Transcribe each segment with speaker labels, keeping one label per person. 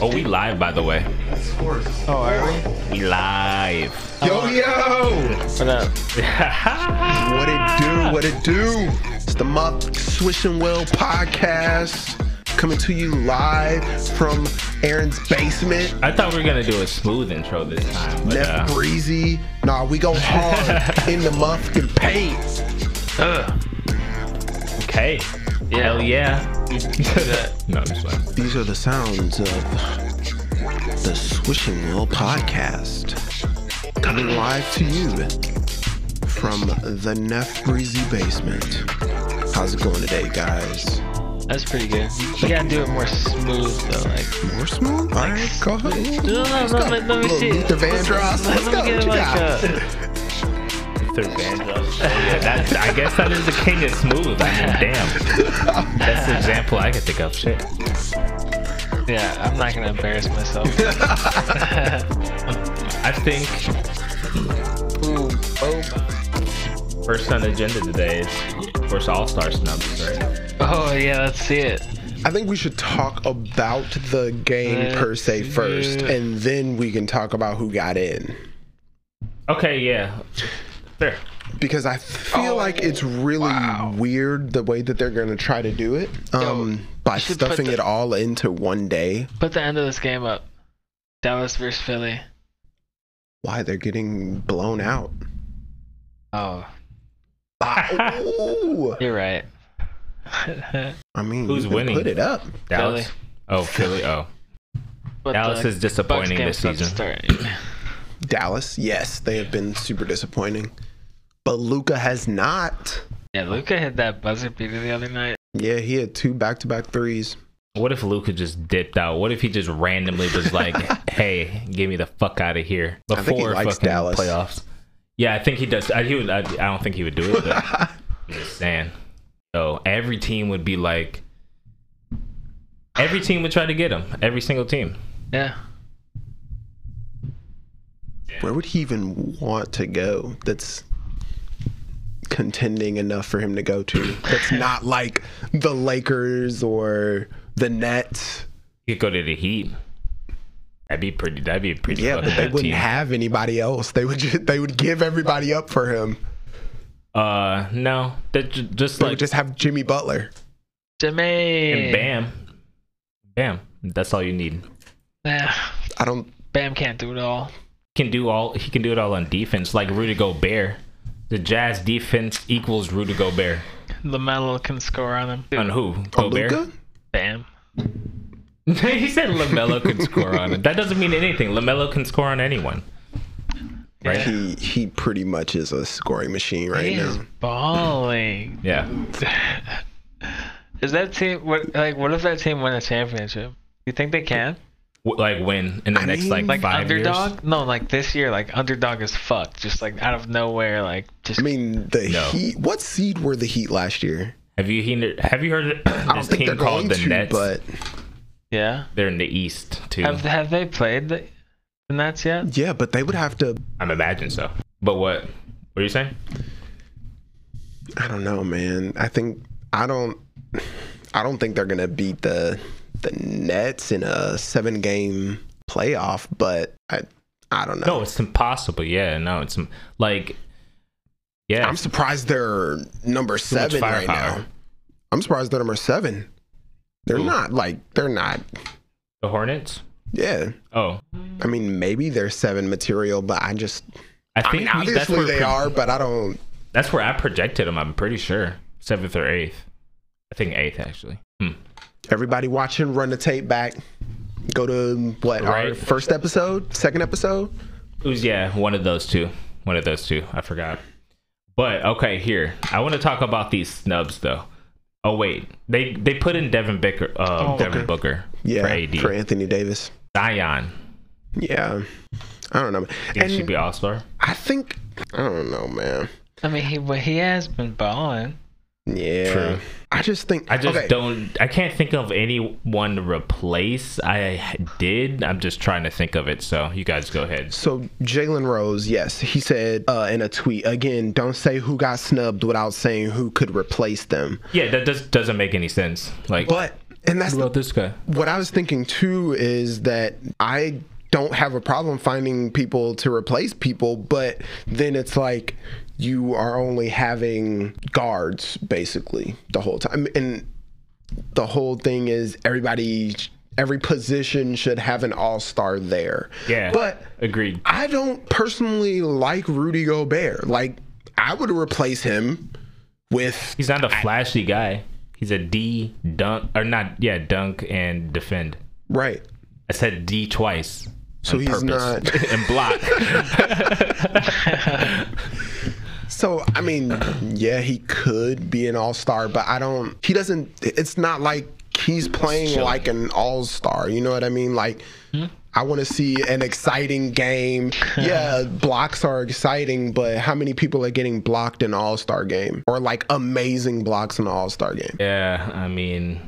Speaker 1: Oh, we live, by the way.
Speaker 2: Oh, are we?
Speaker 1: We live.
Speaker 3: Yo, yo!
Speaker 2: What up?
Speaker 3: What it do? What it do? It's the Muck Swish and Will podcast coming to you live from Aaron's basement.
Speaker 1: I thought we were gonna do a smooth intro this time, but
Speaker 3: Left
Speaker 1: uh,
Speaker 3: breezy. Nah, we go hard in the muffin paint.
Speaker 1: uh, okay. Hell yeah. no, I'm just playing.
Speaker 3: These are the sounds of the Swish and Will podcast coming live to you from the Neff Breezy basement. How's it going today, guys?
Speaker 2: That's pretty good. You gotta do it more smooth though. Like,
Speaker 3: More smooth? All right, go ahead.
Speaker 2: no, no, no, let, me- let me
Speaker 3: Little
Speaker 2: see.
Speaker 3: Luther Vandross. Let's go.
Speaker 2: Let me
Speaker 3: What
Speaker 2: get
Speaker 3: you
Speaker 2: like
Speaker 3: got?
Speaker 2: a.
Speaker 1: Third band. Oh, yeah, that, I guess that is the king of smooth. I mean, damn. That's the example I can think of. Shit.
Speaker 2: Yeah, I'm not gonna embarrass myself.
Speaker 1: I think
Speaker 2: Ooh, oh,
Speaker 1: first on the agenda today is, of course, All Star snubs, right?
Speaker 2: oh yeah, let's see it.
Speaker 3: I think we should talk about the game per se first,
Speaker 2: Yeah.
Speaker 3: and then we can talk about who got in.
Speaker 1: Okay, yeah. Fair.
Speaker 3: Because I feel
Speaker 2: Oh,
Speaker 3: like it's really weird the way that they're going to try to do it um, by
Speaker 2: should put
Speaker 3: stuffing
Speaker 2: the-
Speaker 3: it all into one day.
Speaker 2: Put the end of this game up. Dallas versus Philly.
Speaker 3: Why they're getting blown out.
Speaker 2: Oh,
Speaker 3: Ah, ooh.
Speaker 2: you're right.
Speaker 3: I mean,
Speaker 1: Who's
Speaker 3: you can
Speaker 1: winning?
Speaker 3: Put it up.
Speaker 1: Dallas. Oh, Philly. Oh.
Speaker 2: but
Speaker 1: Dallas
Speaker 2: the
Speaker 1: is disappointing
Speaker 2: Bucks
Speaker 1: this
Speaker 2: game's
Speaker 1: season.
Speaker 2: about to Start.
Speaker 3: Dallas, yes, they have been super disappointing. But Luca has not.
Speaker 2: Yeah, Luca hit that buzzer beater the other night.
Speaker 3: Yeah, he had two back to back threes.
Speaker 1: What if Luca just dipped out? What if he just randomly was like, "Hey, get me the fuck out of here!" Before
Speaker 3: think he likes
Speaker 1: fucking
Speaker 3: Dallas.
Speaker 1: playoffs. Yeah, I think he does. I, he would, I, I don't think he would do it. But I'm just saying. So every team would be like, every team would try to get him. Every single team.
Speaker 2: Yeah.
Speaker 3: Where would he even want to go that's contending enough for him to go to? That's not like the Lakers or the Nets.
Speaker 1: He could go to the Heat. That'd be pretty. That'd be a pretty.
Speaker 3: Yeah,
Speaker 1: fucking
Speaker 3: but they
Speaker 1: good
Speaker 3: wouldn't
Speaker 1: team.
Speaker 3: have anybody else. They would just, they would give everybody up for him.
Speaker 1: Uh, no. That j- just
Speaker 3: They
Speaker 1: like
Speaker 3: would just have Jimmy Butler.
Speaker 2: Jimmy.
Speaker 1: and bam, bam. That's all you need.
Speaker 2: Yeah.
Speaker 3: I don't.
Speaker 2: Bam can't do it all.
Speaker 1: can do all he can do it all on defense, like Rudy Gobert. The Jazz defense equals Rudy Gobert.
Speaker 2: Lamelo can score on him.
Speaker 1: On who? Gobert.
Speaker 3: Luca.
Speaker 2: Bam.
Speaker 1: he said Lamelo can score on it. That doesn't mean anything. Lamelo can score on anyone. Right?
Speaker 2: Yeah.
Speaker 3: He he pretty much is a scoring machine right
Speaker 2: He is
Speaker 3: now.
Speaker 2: balling.
Speaker 1: Yeah.
Speaker 2: Is that team what like what if that team win a championship? You think they can?
Speaker 1: W- like win in the
Speaker 3: I
Speaker 1: next
Speaker 3: mean-
Speaker 1: like,
Speaker 2: Like
Speaker 1: five
Speaker 2: underdog?
Speaker 1: years.
Speaker 2: No, like this year, like underdog is fucked. Just like out of nowhere, like just
Speaker 3: I mean, the
Speaker 1: No.
Speaker 3: Heat. What seed were the Heat last year?
Speaker 1: Have you heard? Have you heard
Speaker 3: I
Speaker 1: this
Speaker 3: don't think they're
Speaker 1: team called
Speaker 3: going
Speaker 1: the
Speaker 3: to,
Speaker 1: Nets?
Speaker 3: but
Speaker 2: yeah.
Speaker 1: They're in the East too.
Speaker 2: Have have they played the, the Nets yet?
Speaker 3: yeah, but they would have to
Speaker 1: I'm imagining so. But what? What are you saying?
Speaker 3: I don't know, man. I think I don't. I don't think they're gonna beat the the Nets in a seven game playoff, but I I don't know.
Speaker 1: No, it's impossible. Yeah, no, it's im- like, yeah,
Speaker 3: I'm surprised they're number seven right
Speaker 1: firepower.
Speaker 3: now. I'm surprised they're number seven. They're not like they're not.
Speaker 1: the Hornets.
Speaker 3: Yeah,
Speaker 1: Oh,
Speaker 3: I mean maybe they're seven material, but I just
Speaker 1: I
Speaker 3: I,
Speaker 1: think
Speaker 3: mean
Speaker 1: we- that's where
Speaker 3: obviously they
Speaker 1: pro-
Speaker 3: are, but I don't.
Speaker 1: That's where I projected him. I'm pretty sure seventh or eighth. I think eighth actually. Hmm.
Speaker 3: Everybody watching, run the tape back. Go to what our
Speaker 1: Right.
Speaker 3: first episode, second episode.
Speaker 1: It was yeah, one of those two. One of those two. I forgot. But okay, here I want to talk about these snubs though. Oh wait, they they put in Devin Booker, uh,
Speaker 2: Oh,
Speaker 1: Devin
Speaker 3: okay.
Speaker 1: Booker
Speaker 3: Yeah,
Speaker 1: for AD.
Speaker 3: for Anthony Davis.
Speaker 1: Zion,
Speaker 3: Yeah. I don't know.
Speaker 1: he should
Speaker 3: And
Speaker 1: be All Star.
Speaker 3: I think I don't know, man.
Speaker 2: I mean he but he has been balling.
Speaker 3: Yeah.
Speaker 1: True.
Speaker 3: I just think
Speaker 1: I just
Speaker 3: okay,
Speaker 1: don't. I can't think of anyone to replace. I did. I'm just trying to think of it. So you guys go ahead.
Speaker 3: So Jalen Rose, yes, he said uh, in a tweet again. Don't say who got snubbed without saying who could replace them.
Speaker 1: Yeah, that does doesn't make any sense. Like
Speaker 3: But and that's
Speaker 1: What
Speaker 3: the
Speaker 1: about this guy?
Speaker 3: what I was thinking too is that I don't have a problem finding people to replace people, but then it's like you are only having guards basically the whole time. And the whole thing is everybody, every position should have an all star there.
Speaker 1: Yeah.
Speaker 3: But
Speaker 1: Agreed.
Speaker 3: I don't personally like Rudy Gobert. Like, I would replace him with
Speaker 1: He's not a flashy guy. He's a D dunk or not? Yeah, dunk and defend.
Speaker 3: right.
Speaker 1: I said D twice.
Speaker 3: So
Speaker 1: on
Speaker 3: he's
Speaker 1: purpose.
Speaker 3: not-
Speaker 1: and block.
Speaker 3: So I mean, yeah, he could be an all star, but I don't. He doesn't. It's not like he's playing like an all star. You know what I mean? Like. I want to see an exciting game. Yeah, blocks are exciting, but how many people are getting blocked in All Star game or like amazing blocks in All Star game?
Speaker 1: Yeah, I mean,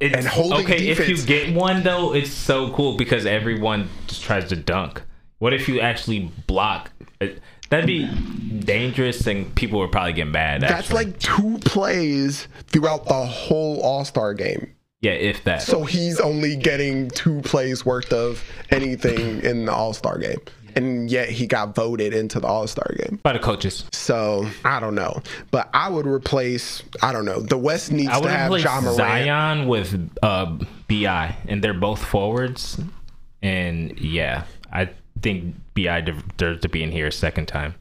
Speaker 1: it's,
Speaker 3: And holding
Speaker 1: okay. If
Speaker 3: defense.
Speaker 1: you get one though, it's so cool because everyone just tries to dunk. What if you actually block? It- That'd be dangerous, and people would probably get mad.
Speaker 3: That's
Speaker 1: actually.
Speaker 3: like two plays throughout the whole All Star game.
Speaker 1: yeah, if that.
Speaker 3: So he's only getting two plays worth of anything in the All Star game. And yet he got voted into the All Star game.
Speaker 1: by the coaches.
Speaker 3: So I don't know. But I would replace, I don't know, the West needs
Speaker 1: I
Speaker 3: to
Speaker 1: would
Speaker 3: have
Speaker 1: replace
Speaker 3: John Morant.
Speaker 1: Zion with uh, Bi, and they're both forwards. And yeah, I think Bi deserves to be in here a second time.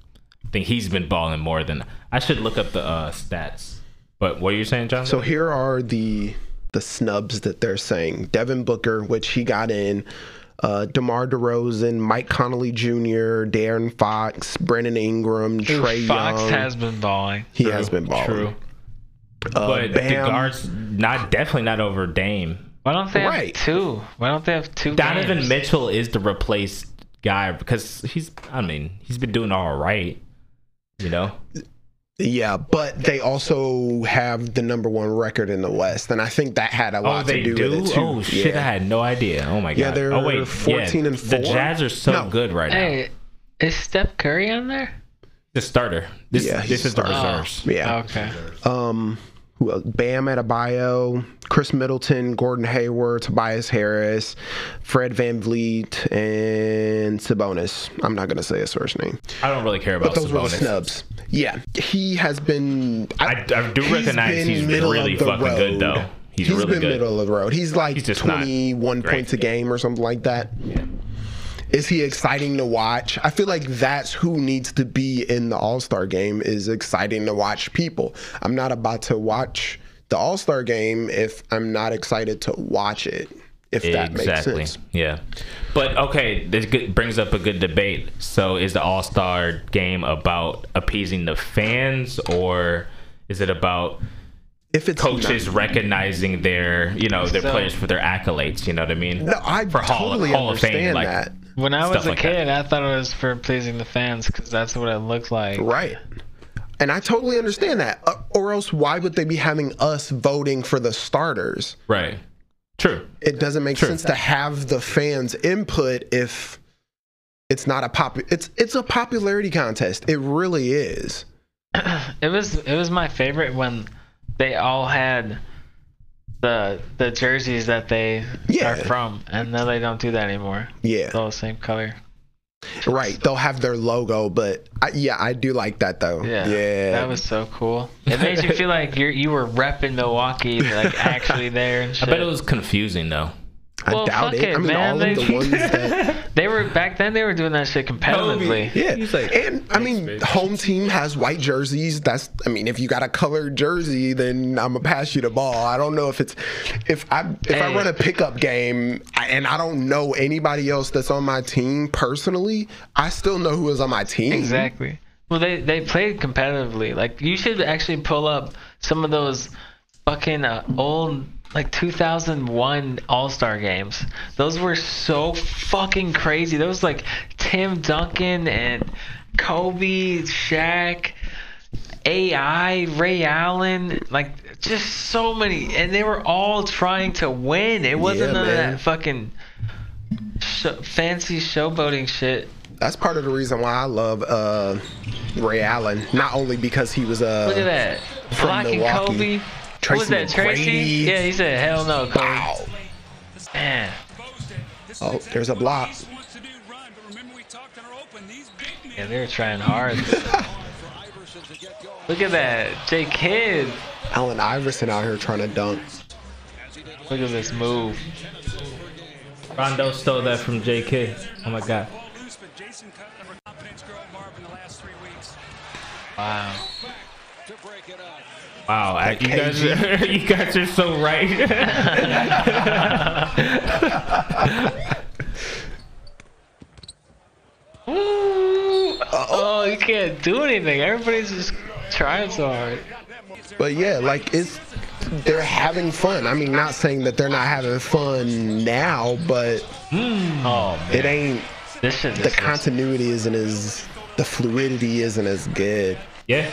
Speaker 1: I think he's been balling more than I should look up the uh, stats. But what are you saying, John?
Speaker 3: So here are the the snubs that they're saying. Devin Booker, which he got in, uh, DeMar DeRozan, Mike Connolly Jr., Darren Fox, Brendan Ingram, Trey
Speaker 2: Fox
Speaker 3: Young.
Speaker 2: has been balling.
Speaker 3: he has been balling.
Speaker 1: True.
Speaker 3: Uh,
Speaker 1: But the
Speaker 3: Bam.
Speaker 1: guards not definitely not over Dame.
Speaker 2: Why don't they
Speaker 3: Right.
Speaker 2: have two? Why don't they have two?
Speaker 1: Donovan
Speaker 2: games?
Speaker 1: Mitchell is the replaced guy because he's I mean, he's been doing all right. You know?
Speaker 3: Yeah, but they also have the number one record in the West, and I think that had a
Speaker 1: Oh,
Speaker 3: lot
Speaker 1: they
Speaker 3: to do,
Speaker 1: do?
Speaker 3: with it too.
Speaker 1: Oh shit, I
Speaker 3: yeah.
Speaker 1: had no idea. Oh my god.
Speaker 3: Yeah, they're
Speaker 1: oh, wait, yeah,
Speaker 3: 14 and
Speaker 1: The
Speaker 3: 4?
Speaker 1: Jazz are so
Speaker 3: No.
Speaker 1: good right now.
Speaker 2: Hey, is Steph Curry on there?
Speaker 1: The starter. This,
Speaker 3: Yeah, he's
Speaker 1: this is
Speaker 3: starter.
Speaker 1: the reserves.
Speaker 3: yeah.
Speaker 2: Okay.
Speaker 3: Um, who else? Bam Adebayo, Chris Middleton, Gordon Hayward, Tobias Harris, Fred Van Vliet, and Sabonis. I'm not gonna say his first name,
Speaker 1: I don't really care
Speaker 3: but
Speaker 1: about
Speaker 3: those were the
Speaker 1: Oh, Sabonis.
Speaker 3: snubs. Yeah, he has been.
Speaker 1: I, I do recognize
Speaker 3: been
Speaker 1: he's
Speaker 3: middle
Speaker 1: really
Speaker 3: of the
Speaker 1: fucking good
Speaker 3: road.
Speaker 1: though. He's,
Speaker 3: he's
Speaker 1: really
Speaker 3: been
Speaker 1: good.
Speaker 3: middle of the road. He's like
Speaker 1: He's just not
Speaker 3: 21
Speaker 1: great.
Speaker 3: points a game or something like that. Is he exciting to watch? I feel like that's who needs to be in the All Star game is exciting to watch people. I'm not about to watch the All Star game if I'm not excited to watch it. If that makes
Speaker 1: exactly.
Speaker 3: sense.
Speaker 1: Yeah. But okay, this good, brings up a good debate. So, is the All Star game about appeasing the fans, or is it about
Speaker 3: If it's
Speaker 1: coaches
Speaker 3: not-
Speaker 1: recognizing their, you know, their
Speaker 2: So-
Speaker 1: players for their accolades? You know what I mean?
Speaker 3: no, I
Speaker 1: for Hall,
Speaker 3: totally
Speaker 1: Hall of
Speaker 3: understand
Speaker 1: Fame, like
Speaker 3: that.
Speaker 2: When I was
Speaker 1: Stuff
Speaker 2: a
Speaker 1: like that.
Speaker 2: kid, I thought it was for pleasing the fans because that's what it looked like.
Speaker 3: Right. And I totally understand that. Uh, or else, why would they be having us voting for the starters?
Speaker 1: right. True.
Speaker 3: it doesn't make sense to have the fans input if it's not a pop it's it's a popularity contest it really is
Speaker 2: It was it was my favorite when they all had the the jerseys that they
Speaker 3: Yeah.
Speaker 2: are from, and now they don't do that anymore.
Speaker 3: yeah
Speaker 2: It's all the same color.
Speaker 3: right they'll have their logo but I, yeah i do like that though
Speaker 2: Yeah,
Speaker 3: yeah,
Speaker 2: that was so cool. It made you feel like you you were repping Milwaukee, like actually there and shit.
Speaker 1: I bet it was confusing though.
Speaker 3: i
Speaker 2: well,
Speaker 3: doubt
Speaker 2: fuck
Speaker 3: it.
Speaker 2: it,
Speaker 3: i mean
Speaker 2: man,
Speaker 3: all of
Speaker 2: they-
Speaker 3: the ones that
Speaker 2: They were back then. They were doing that shit competitively.
Speaker 3: yeah
Speaker 1: He's like,
Speaker 3: and i mean
Speaker 1: bitch.
Speaker 3: home team has white jerseys that's i mean if you got a colored jersey then i'm gonna pass you the ball i don't know if it's if i if i
Speaker 2: Hey.
Speaker 3: run a pickup game I- and i don't know anybody else that's on my team personally i still know who was on my team
Speaker 2: Exactly. Well, they they played competitively. Like you should actually pull up some of those fucking uh, old like 2001 All-Star games. Those were so fucking crazy. Those like Tim Duncan and Kobe, Shaq, AI, Ray Allen, like just so many and they were all trying to win. It
Speaker 3: Yeah,
Speaker 2: wasn't none of
Speaker 3: man.
Speaker 2: that fucking sh- fancy showboating shit.
Speaker 3: That's part of the reason why I love uh, Ray Allen. Not only because he was uh,
Speaker 2: Look at that.
Speaker 3: from
Speaker 2: Blocking
Speaker 3: Milwaukee.
Speaker 2: Kobe. Who
Speaker 3: Tracy
Speaker 2: was that, Tracy?
Speaker 3: McGrady.
Speaker 2: Yeah, he said, hell no, Cody.
Speaker 3: Wow.
Speaker 2: Man,
Speaker 3: Oh, there's a block.
Speaker 2: yeah, they were trying hard. Look at that. Jay Kidd.
Speaker 3: Allen Iverson out here trying to dunk.
Speaker 2: Look at this move.
Speaker 1: Rondo stole that from J.K. Oh my god.
Speaker 2: Wow.
Speaker 1: Wow, I- you guys,
Speaker 3: KG.
Speaker 1: are, you guys are so right.
Speaker 2: Ooh. Oh, you can't do anything. Everybody's just trying so hard.
Speaker 3: But yeah, like it's they're having fun. I mean, not saying that they're not having fun now, but
Speaker 2: Oh, man.
Speaker 3: it ain't
Speaker 2: This shit
Speaker 3: the
Speaker 2: is
Speaker 3: continuity isn't as the fluidity isn't as good.
Speaker 1: yeah,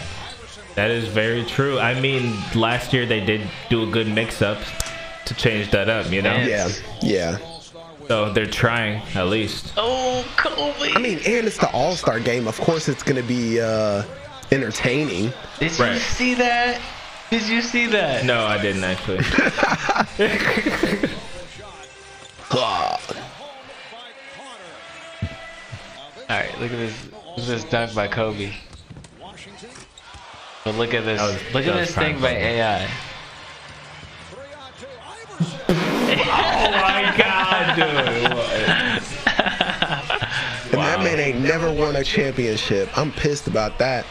Speaker 1: that is very true. I mean, last year they did do a good mix-up to change that up, you know.
Speaker 2: Man.
Speaker 3: Yeah, yeah.
Speaker 1: So they're trying at least.
Speaker 2: Oh, Kobe.
Speaker 3: I mean, and it's the All Star game. Of course, it's gonna be uh, entertaining.
Speaker 2: Did you
Speaker 1: Right.
Speaker 2: see that? Did you see that?
Speaker 1: No, I didn't actually.
Speaker 3: Ah,
Speaker 2: All right, look at this. Look at this dunk by Kobe. But look at this.
Speaker 1: That was-
Speaker 2: look at
Speaker 1: that was
Speaker 2: this thing
Speaker 1: prime
Speaker 2: by
Speaker 1: Kobe.
Speaker 2: AI.
Speaker 1: oh my god, dude!
Speaker 3: And that man ain't never won a championship. I'm pissed about that.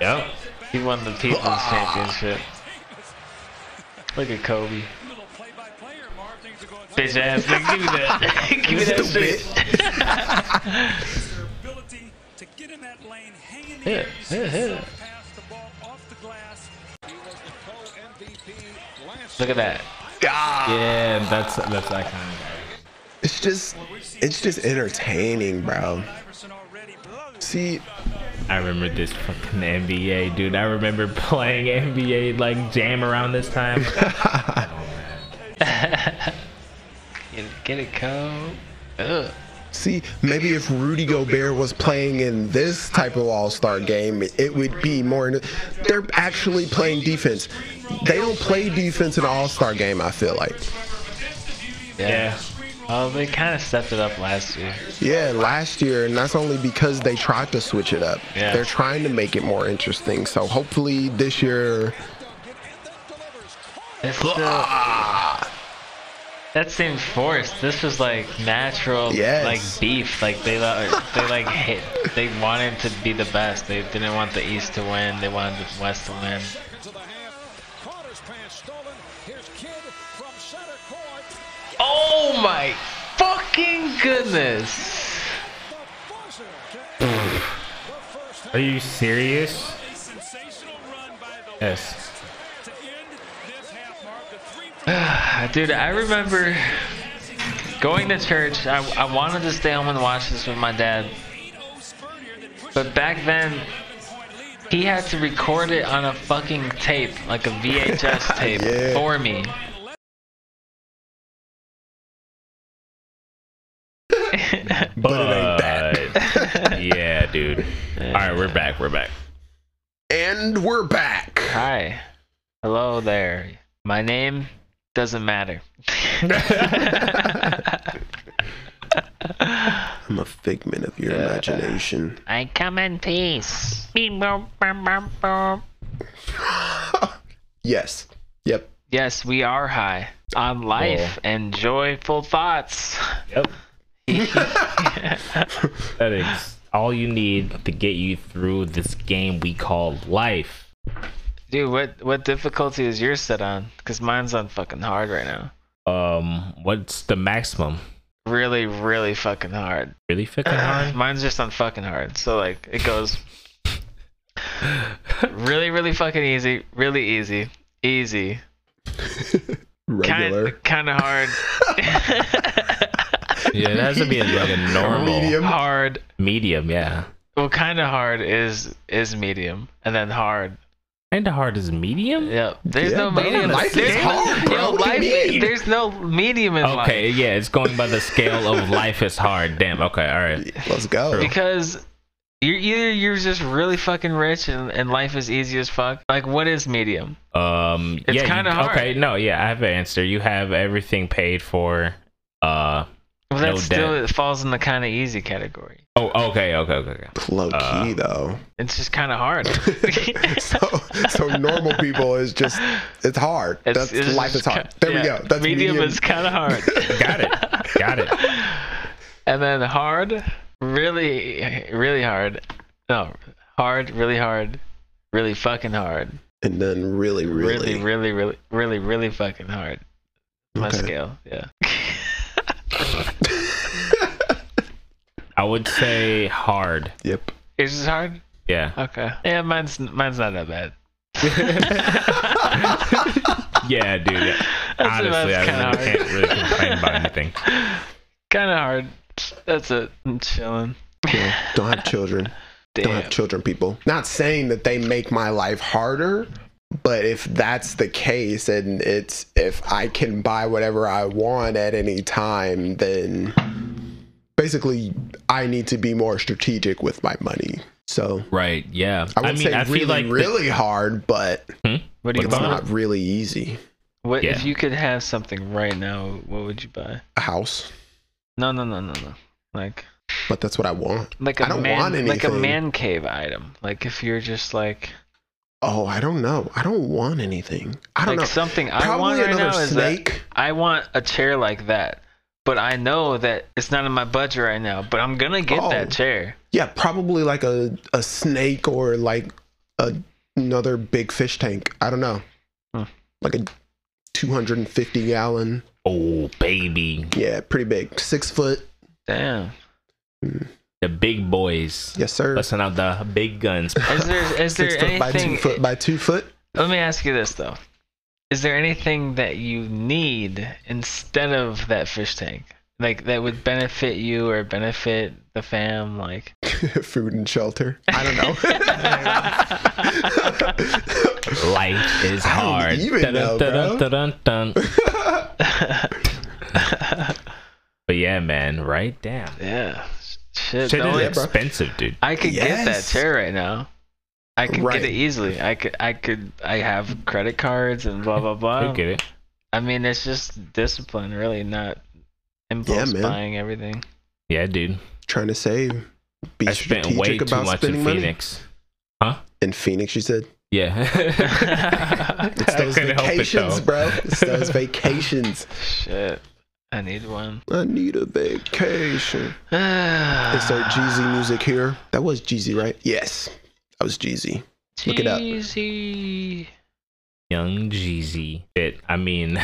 Speaker 1: Yep.
Speaker 2: He won the People's Championship. Look at Kobe. Bitch ass, nigga, give me that. give me that shit.
Speaker 4: ability to get in that lane, hang in the
Speaker 2: Yeah, yeah,
Speaker 4: air,
Speaker 2: yeah.
Speaker 4: pass the ball off the glass.
Speaker 2: Look at that.
Speaker 3: Ah,
Speaker 1: Yeah, that's that's iconic.
Speaker 3: it's just, it's just entertaining, bro.
Speaker 4: Iverson already blows.
Speaker 3: See,
Speaker 1: I remember this fucking NBA, dude. I remember playing NBA like jam around this time.
Speaker 2: Get, get it, Kobe. Ugh.
Speaker 3: See, maybe if Rudy Gobert was playing in this type of All Star game, it would be more. They're actually playing defense. They don't play defense in an All Star game. I feel like.
Speaker 1: yeah.
Speaker 2: Oh, they kind of stepped it up last year.
Speaker 3: Yeah, last year, and that's only because they tried to switch it up.
Speaker 2: Yeah.
Speaker 3: They're trying to make it more interesting. So hopefully this year, Uh,
Speaker 2: That's still, that seemed forced. This was like natural,
Speaker 3: Yes.
Speaker 2: like beef. Like they, lo- they like hit. They wanted to be the best. They didn't want the East to win. They wanted the West to win. Oh my fucking goodness!
Speaker 1: Are you serious?
Speaker 4: A sensational run by the
Speaker 1: Yes.
Speaker 4: to end this half mark. The three
Speaker 2: Dude, I remember going to church. I, I wanted to stay home and watch this with my dad. But back then, he had to record it on a fucking tape, like a VHS tape,
Speaker 3: Yeah.
Speaker 2: for me.
Speaker 1: But,
Speaker 3: But
Speaker 1: yeah, dude. All right, we're back. We're back.
Speaker 3: and we're back.
Speaker 2: Hi. Hello there. My name doesn't matter.
Speaker 3: I'm a figment of your imagination.
Speaker 2: I come in peace. Beep, boop, boop, boop, boop.
Speaker 3: Yes. Yep.
Speaker 2: Yes, we are high on life and joyful thoughts.
Speaker 1: Yep. that is all you need to get you through this game we call life.
Speaker 2: Dude, what what difficulty is yours set on? Cause mine's on fucking hard right now.
Speaker 1: Um, what's the maximum?
Speaker 2: Really, really fucking hard.
Speaker 1: Really fucking hard?
Speaker 2: Mine's just on fucking hard. So like it goes really, really fucking easy, really easy, easy,
Speaker 3: Regular.
Speaker 2: kind kind of hard,
Speaker 1: yeah, that has to be like a normal medium.
Speaker 3: Medium.
Speaker 2: hard.
Speaker 1: yeah.
Speaker 2: Well, kind of hard is is medium, and then hard.
Speaker 1: Kinda hard is medium?
Speaker 2: Yep. There's
Speaker 3: Yeah,
Speaker 2: no
Speaker 3: bro,
Speaker 2: medium.
Speaker 3: life is
Speaker 2: there's,
Speaker 3: hard, bro.
Speaker 2: yo,
Speaker 3: What do you
Speaker 2: life is-
Speaker 3: mean?
Speaker 2: there's no medium in life.
Speaker 1: Okay, yeah, it's going by the scale of life is hard. Damn. Okay, all right.
Speaker 3: Let's go.
Speaker 2: because You're either you're just really fucking rich and, and life is easy as fuck. Like what is medium?
Speaker 1: Um,
Speaker 2: It's
Speaker 1: yeah, you-
Speaker 2: kinda hard.
Speaker 1: Okay, no, yeah, I have an answer. You have everything paid for. Uh,
Speaker 2: Well,
Speaker 1: No
Speaker 2: that still
Speaker 1: debt.
Speaker 2: it falls in the kind of easy category.
Speaker 1: oh, okay, okay, okay, okay.
Speaker 3: Low key though.
Speaker 2: It's just kind of hard.
Speaker 3: So so normal people is just it's hard. That's life is
Speaker 2: just
Speaker 3: hard.
Speaker 2: ki-
Speaker 3: There we
Speaker 2: yeah.
Speaker 3: go. That's
Speaker 2: medium, is kind of hard.
Speaker 1: Got it, got it.
Speaker 2: and then hard, really, really hard. No, hard, really hard, really fucking hard.
Speaker 3: and then really really,
Speaker 2: Really, really, really, really, really fucking hard. My
Speaker 3: Okay.
Speaker 2: scale, yeah.
Speaker 1: I would say hard.
Speaker 3: Yep.
Speaker 2: Yours is hard.
Speaker 1: Yeah,
Speaker 2: Okay. Yeah, mine's mine's not that bad.
Speaker 1: yeah, dude. Honestly, I
Speaker 2: that's
Speaker 1: really
Speaker 2: kinda
Speaker 1: can't really complain about anything.
Speaker 2: Kind of hard. That's it. I'm chilling.
Speaker 3: Yeah. Don't have children.
Speaker 2: Damn.
Speaker 3: Don't have children, people. Not saying that they make my life harder, but if that's the case and it's if I can buy whatever I want at any time, then basically I need to be more strategic with my money. So
Speaker 1: Right? Yeah.
Speaker 3: I
Speaker 1: I,
Speaker 3: would
Speaker 1: mean,
Speaker 3: say
Speaker 1: I
Speaker 3: really,
Speaker 1: feel like the-
Speaker 3: really hard, but
Speaker 2: what do you
Speaker 3: it's
Speaker 2: buy?
Speaker 3: not really easy.
Speaker 2: What
Speaker 1: Yeah.
Speaker 2: if you could have something right now? What would you buy?
Speaker 3: A house,
Speaker 2: No, no, no, no, no. Like
Speaker 3: but that's what I want.
Speaker 2: like
Speaker 3: I
Speaker 2: a
Speaker 3: don't
Speaker 2: man
Speaker 3: want anything.
Speaker 2: like a man cave item. Like if you're just like
Speaker 3: Oh, I don't know. I don't want anything. I don't
Speaker 2: like
Speaker 3: know.
Speaker 2: something I
Speaker 3: Probably
Speaker 2: want right
Speaker 3: another
Speaker 2: now is
Speaker 3: snake.
Speaker 2: that I want a chair like that. But I know that it's not in my budget right now, but I'm gonna get
Speaker 3: Oh.
Speaker 2: that chair.
Speaker 3: Yeah, probably like a, a snake or like a, another big fish tank. I don't know.
Speaker 2: Hmm.
Speaker 3: Like a 250 gallon.
Speaker 1: oh baby,
Speaker 3: Yeah, pretty big. Six foot.
Speaker 2: Damn.
Speaker 1: the big boys.
Speaker 3: Yes, sir.
Speaker 1: Busting out the big guns.
Speaker 2: Is there is there
Speaker 3: Six foot by two
Speaker 2: anything
Speaker 3: foot by two foot.
Speaker 2: Let me ask you this though. Is there anything that you need instead of that fish tank? Like that would benefit you or benefit the fam like
Speaker 3: Food and shelter. I don't know.
Speaker 1: Life is
Speaker 3: I don't
Speaker 1: hard.
Speaker 3: even know, bro.
Speaker 1: dun, dun. But yeah, man, right? Damn.
Speaker 2: Yeah.
Speaker 1: Shit
Speaker 2: Shit. the
Speaker 1: is
Speaker 2: only-
Speaker 3: yeah, bro.
Speaker 1: expensive, dude.
Speaker 2: I could get that
Speaker 3: Yes.
Speaker 2: chair right now. I could
Speaker 3: Right.
Speaker 2: get it easily. I could I could I have credit cards and blah blah
Speaker 1: I
Speaker 2: blah.
Speaker 1: get it.
Speaker 2: I mean it's just discipline really, not impulse
Speaker 3: man.
Speaker 2: buying everything.
Speaker 1: Yeah, dude.
Speaker 3: Trying to save. Be
Speaker 1: I spent
Speaker 3: strategic
Speaker 1: way too
Speaker 3: about
Speaker 1: much in
Speaker 3: spending money.
Speaker 1: Phoenix.
Speaker 3: In Phoenix, you said.
Speaker 1: Yeah.
Speaker 3: It's
Speaker 1: I
Speaker 3: those
Speaker 1: couldn't help it,
Speaker 3: vacations,
Speaker 1: though.
Speaker 3: bro. It's those vacations.
Speaker 2: Shit. I need one.
Speaker 3: I need a vacation. They
Speaker 2: It's
Speaker 3: start Jeezy music here. That was Jeezy, right? Yes, that was Jeezy. Look it up.
Speaker 2: Jeezy.
Speaker 1: Young Jeezy. Shit. I mean,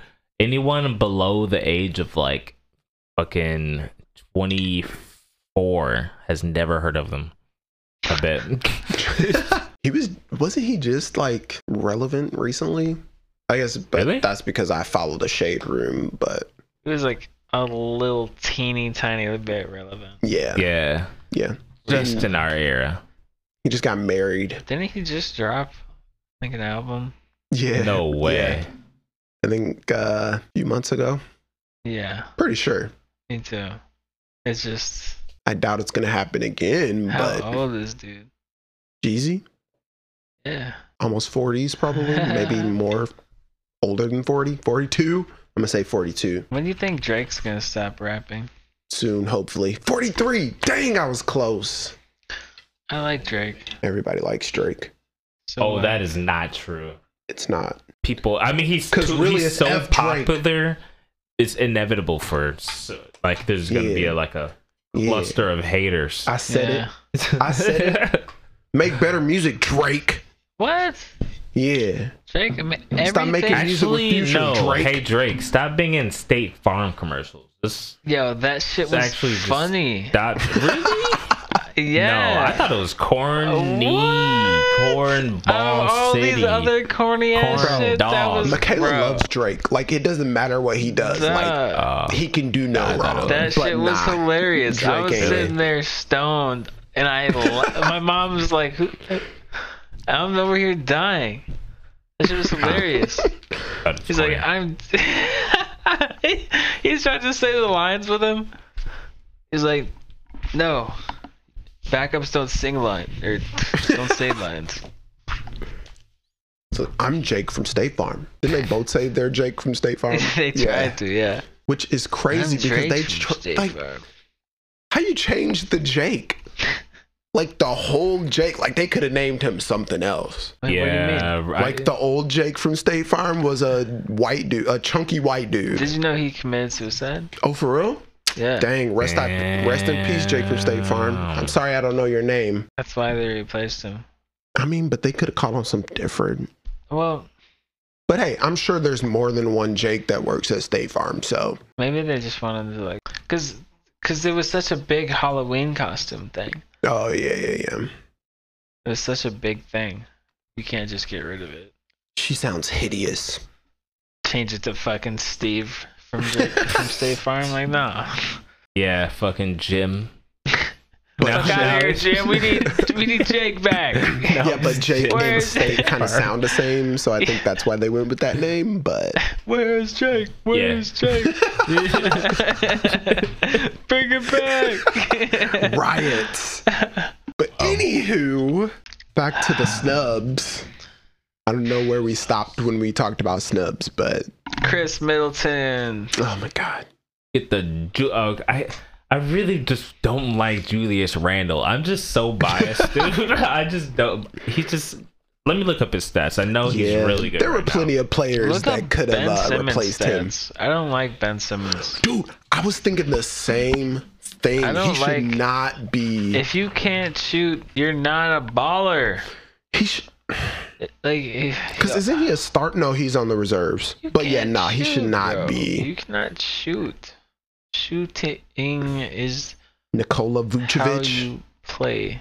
Speaker 1: anyone below the age of like fucking 24 has never heard of them. I bet.
Speaker 3: He was wasn't he just like relevant recently? I guess, but
Speaker 1: Really?
Speaker 3: that's because I follow the Shade Room. But
Speaker 2: It was like a little teeny tiny bit relevant.
Speaker 3: yeah, yeah.
Speaker 1: yeah. Just
Speaker 3: Mm.
Speaker 1: in our era.
Speaker 3: he just got married.
Speaker 2: Didn't he just drop like an album?
Speaker 3: Yeah,
Speaker 1: No way.
Speaker 3: Yeah. I think uh, a few months ago.
Speaker 2: Yeah,
Speaker 3: Pretty sure.
Speaker 2: me too. It's just
Speaker 3: I doubt it's gonna happen again.
Speaker 2: how
Speaker 3: but
Speaker 2: old is dude?
Speaker 3: Jeezy,
Speaker 2: Yeah.
Speaker 3: almost forties, probably, maybe more, older than 40, 42. I'm gonna say forty-two.
Speaker 2: When do you think Drake's gonna stop rapping?
Speaker 3: soon, hopefully. 43. Dang, I was close.
Speaker 2: I like Drake.
Speaker 3: Everybody likes Drake.
Speaker 2: So
Speaker 1: Oh,
Speaker 2: much.
Speaker 1: that is not true.
Speaker 3: It's not.
Speaker 1: people. I mean, he's
Speaker 3: 'Cause
Speaker 1: too,
Speaker 3: really
Speaker 1: he's
Speaker 3: it's
Speaker 1: so
Speaker 3: F. Drake.
Speaker 1: popular. It's inevitable for s- like there's gonna be
Speaker 3: Yeah.
Speaker 1: a, like a
Speaker 3: Yeah.
Speaker 1: cluster of haters.
Speaker 3: I said
Speaker 2: Yeah.
Speaker 3: it. I said
Speaker 1: it.
Speaker 3: Make better music, Drake.
Speaker 2: What?
Speaker 3: Yeah.
Speaker 2: Drake, I mean,
Speaker 3: Stop
Speaker 2: everything.
Speaker 3: making music with
Speaker 1: Actually,
Speaker 3: Future
Speaker 1: no.
Speaker 3: Drake.
Speaker 1: Hey Drake, stop being in State Farm commercials. Just
Speaker 2: Yo, that shit
Speaker 1: It's
Speaker 2: was
Speaker 1: actually just-
Speaker 2: funny.
Speaker 1: stop. really?
Speaker 2: yeah.
Speaker 1: No, I thought it was corny,
Speaker 2: What?
Speaker 1: cornball
Speaker 2: Oh, all
Speaker 1: city.
Speaker 2: these other corny ass
Speaker 1: Corn
Speaker 2: shit. That
Speaker 1: dog.
Speaker 2: was
Speaker 3: Michaela
Speaker 2: bro.
Speaker 3: loves Drake. Like, it doesn't matter what he does. Like,
Speaker 2: Duh.
Speaker 1: Uh,
Speaker 3: he can do no wrong.
Speaker 2: That
Speaker 3: but
Speaker 2: shit was
Speaker 3: nah.
Speaker 2: hilarious. I
Speaker 3: Drake
Speaker 2: was
Speaker 3: ain't
Speaker 2: sitting
Speaker 3: it.
Speaker 2: there stoned, and I la- my mom was like, "Who?" I'm over here dying. That shit was hilarious.
Speaker 1: that's
Speaker 2: He's like,
Speaker 1: corny.
Speaker 2: I'm. He's trying to say the lines with him. He's like, no, Backups don't sing line or don't say lines.
Speaker 3: So I'm Jake from State Farm. Didn't they both say they're Jake from State Farm?
Speaker 2: they tried to, yeah.
Speaker 3: Which is crazy
Speaker 2: I'm
Speaker 3: because
Speaker 2: Drake
Speaker 3: they
Speaker 2: from
Speaker 3: tr-
Speaker 2: State
Speaker 3: like,
Speaker 2: Farm.
Speaker 3: how you change the Jake? Like the whole Jake, like they could have named him something else.
Speaker 2: Wait, What do you mean?
Speaker 1: yeah, I-
Speaker 3: Like the old Jake from State Farm was a white dude, a chunky white
Speaker 2: Did
Speaker 3: dude.
Speaker 2: you know he committed suicide?
Speaker 3: Oh, for real?
Speaker 2: Yeah.
Speaker 3: Dang, rest I, rest in peace, Jake from State Farm.
Speaker 1: Damn.
Speaker 3: I'm sorry I don't know your name.
Speaker 2: That's why they replaced him.
Speaker 3: I mean, but they could have called him some different.
Speaker 2: Well,
Speaker 3: But hey, I'm sure there's more than one Jake that works at State Farm. So
Speaker 2: maybe they just wanted to like, cause, cause it was such a big Halloween costume thing.
Speaker 3: Oh yeah, yeah, yeah.
Speaker 2: It was such a big thing. You can't just get rid of it.
Speaker 3: She sounds hideous.
Speaker 2: Change it to fucking Steve from Jake, from State Farm. Like, nah.
Speaker 1: yeah, fucking Jim.
Speaker 3: But,
Speaker 2: Fuck out here, Jim. We need we need Jake back.
Speaker 3: yeah, but Jake
Speaker 2: Where
Speaker 3: and
Speaker 2: is
Speaker 3: State
Speaker 2: it?
Speaker 3: kind of sound the same, so I think that's why they went with that name. But
Speaker 2: Where's Jake?
Speaker 1: Yeah.
Speaker 2: Where's Jake? Bring it back.
Speaker 3: riots. But
Speaker 1: Oh.
Speaker 3: anywho, back to the snubs. I don't know where we stopped when we talked about snubs, but
Speaker 2: Chris Middleton.
Speaker 3: oh my god,
Speaker 1: Get the Ju- uh, I. I really just don't like Julius Randle. I'm just so biased, dude. I just don't. He just. Let me look up his stats. I know he's
Speaker 3: yeah,
Speaker 1: really good.
Speaker 3: there were
Speaker 1: right now.
Speaker 3: plenty of players
Speaker 2: Look
Speaker 3: that
Speaker 2: up
Speaker 3: could
Speaker 2: Ben
Speaker 3: have uh,
Speaker 2: Simmons
Speaker 3: replaced him.
Speaker 2: stats. I don't like Ben Simmons.
Speaker 3: Dude, I was thinking the same thing.
Speaker 2: I
Speaker 3: He
Speaker 2: don't
Speaker 3: should
Speaker 2: like-
Speaker 3: not be.
Speaker 2: If you can't shoot, you're not a baller.
Speaker 3: he should.
Speaker 2: Like, if-
Speaker 3: Because isn't he a start? No, he's on the reserves.
Speaker 2: you
Speaker 3: But yeah,
Speaker 2: can't
Speaker 3: nah, he should
Speaker 2: shoot,
Speaker 3: not
Speaker 2: bro.
Speaker 3: be.
Speaker 2: You cannot shoot. Shooting is
Speaker 3: Nikola
Speaker 2: how
Speaker 3: Vucevic
Speaker 2: you play,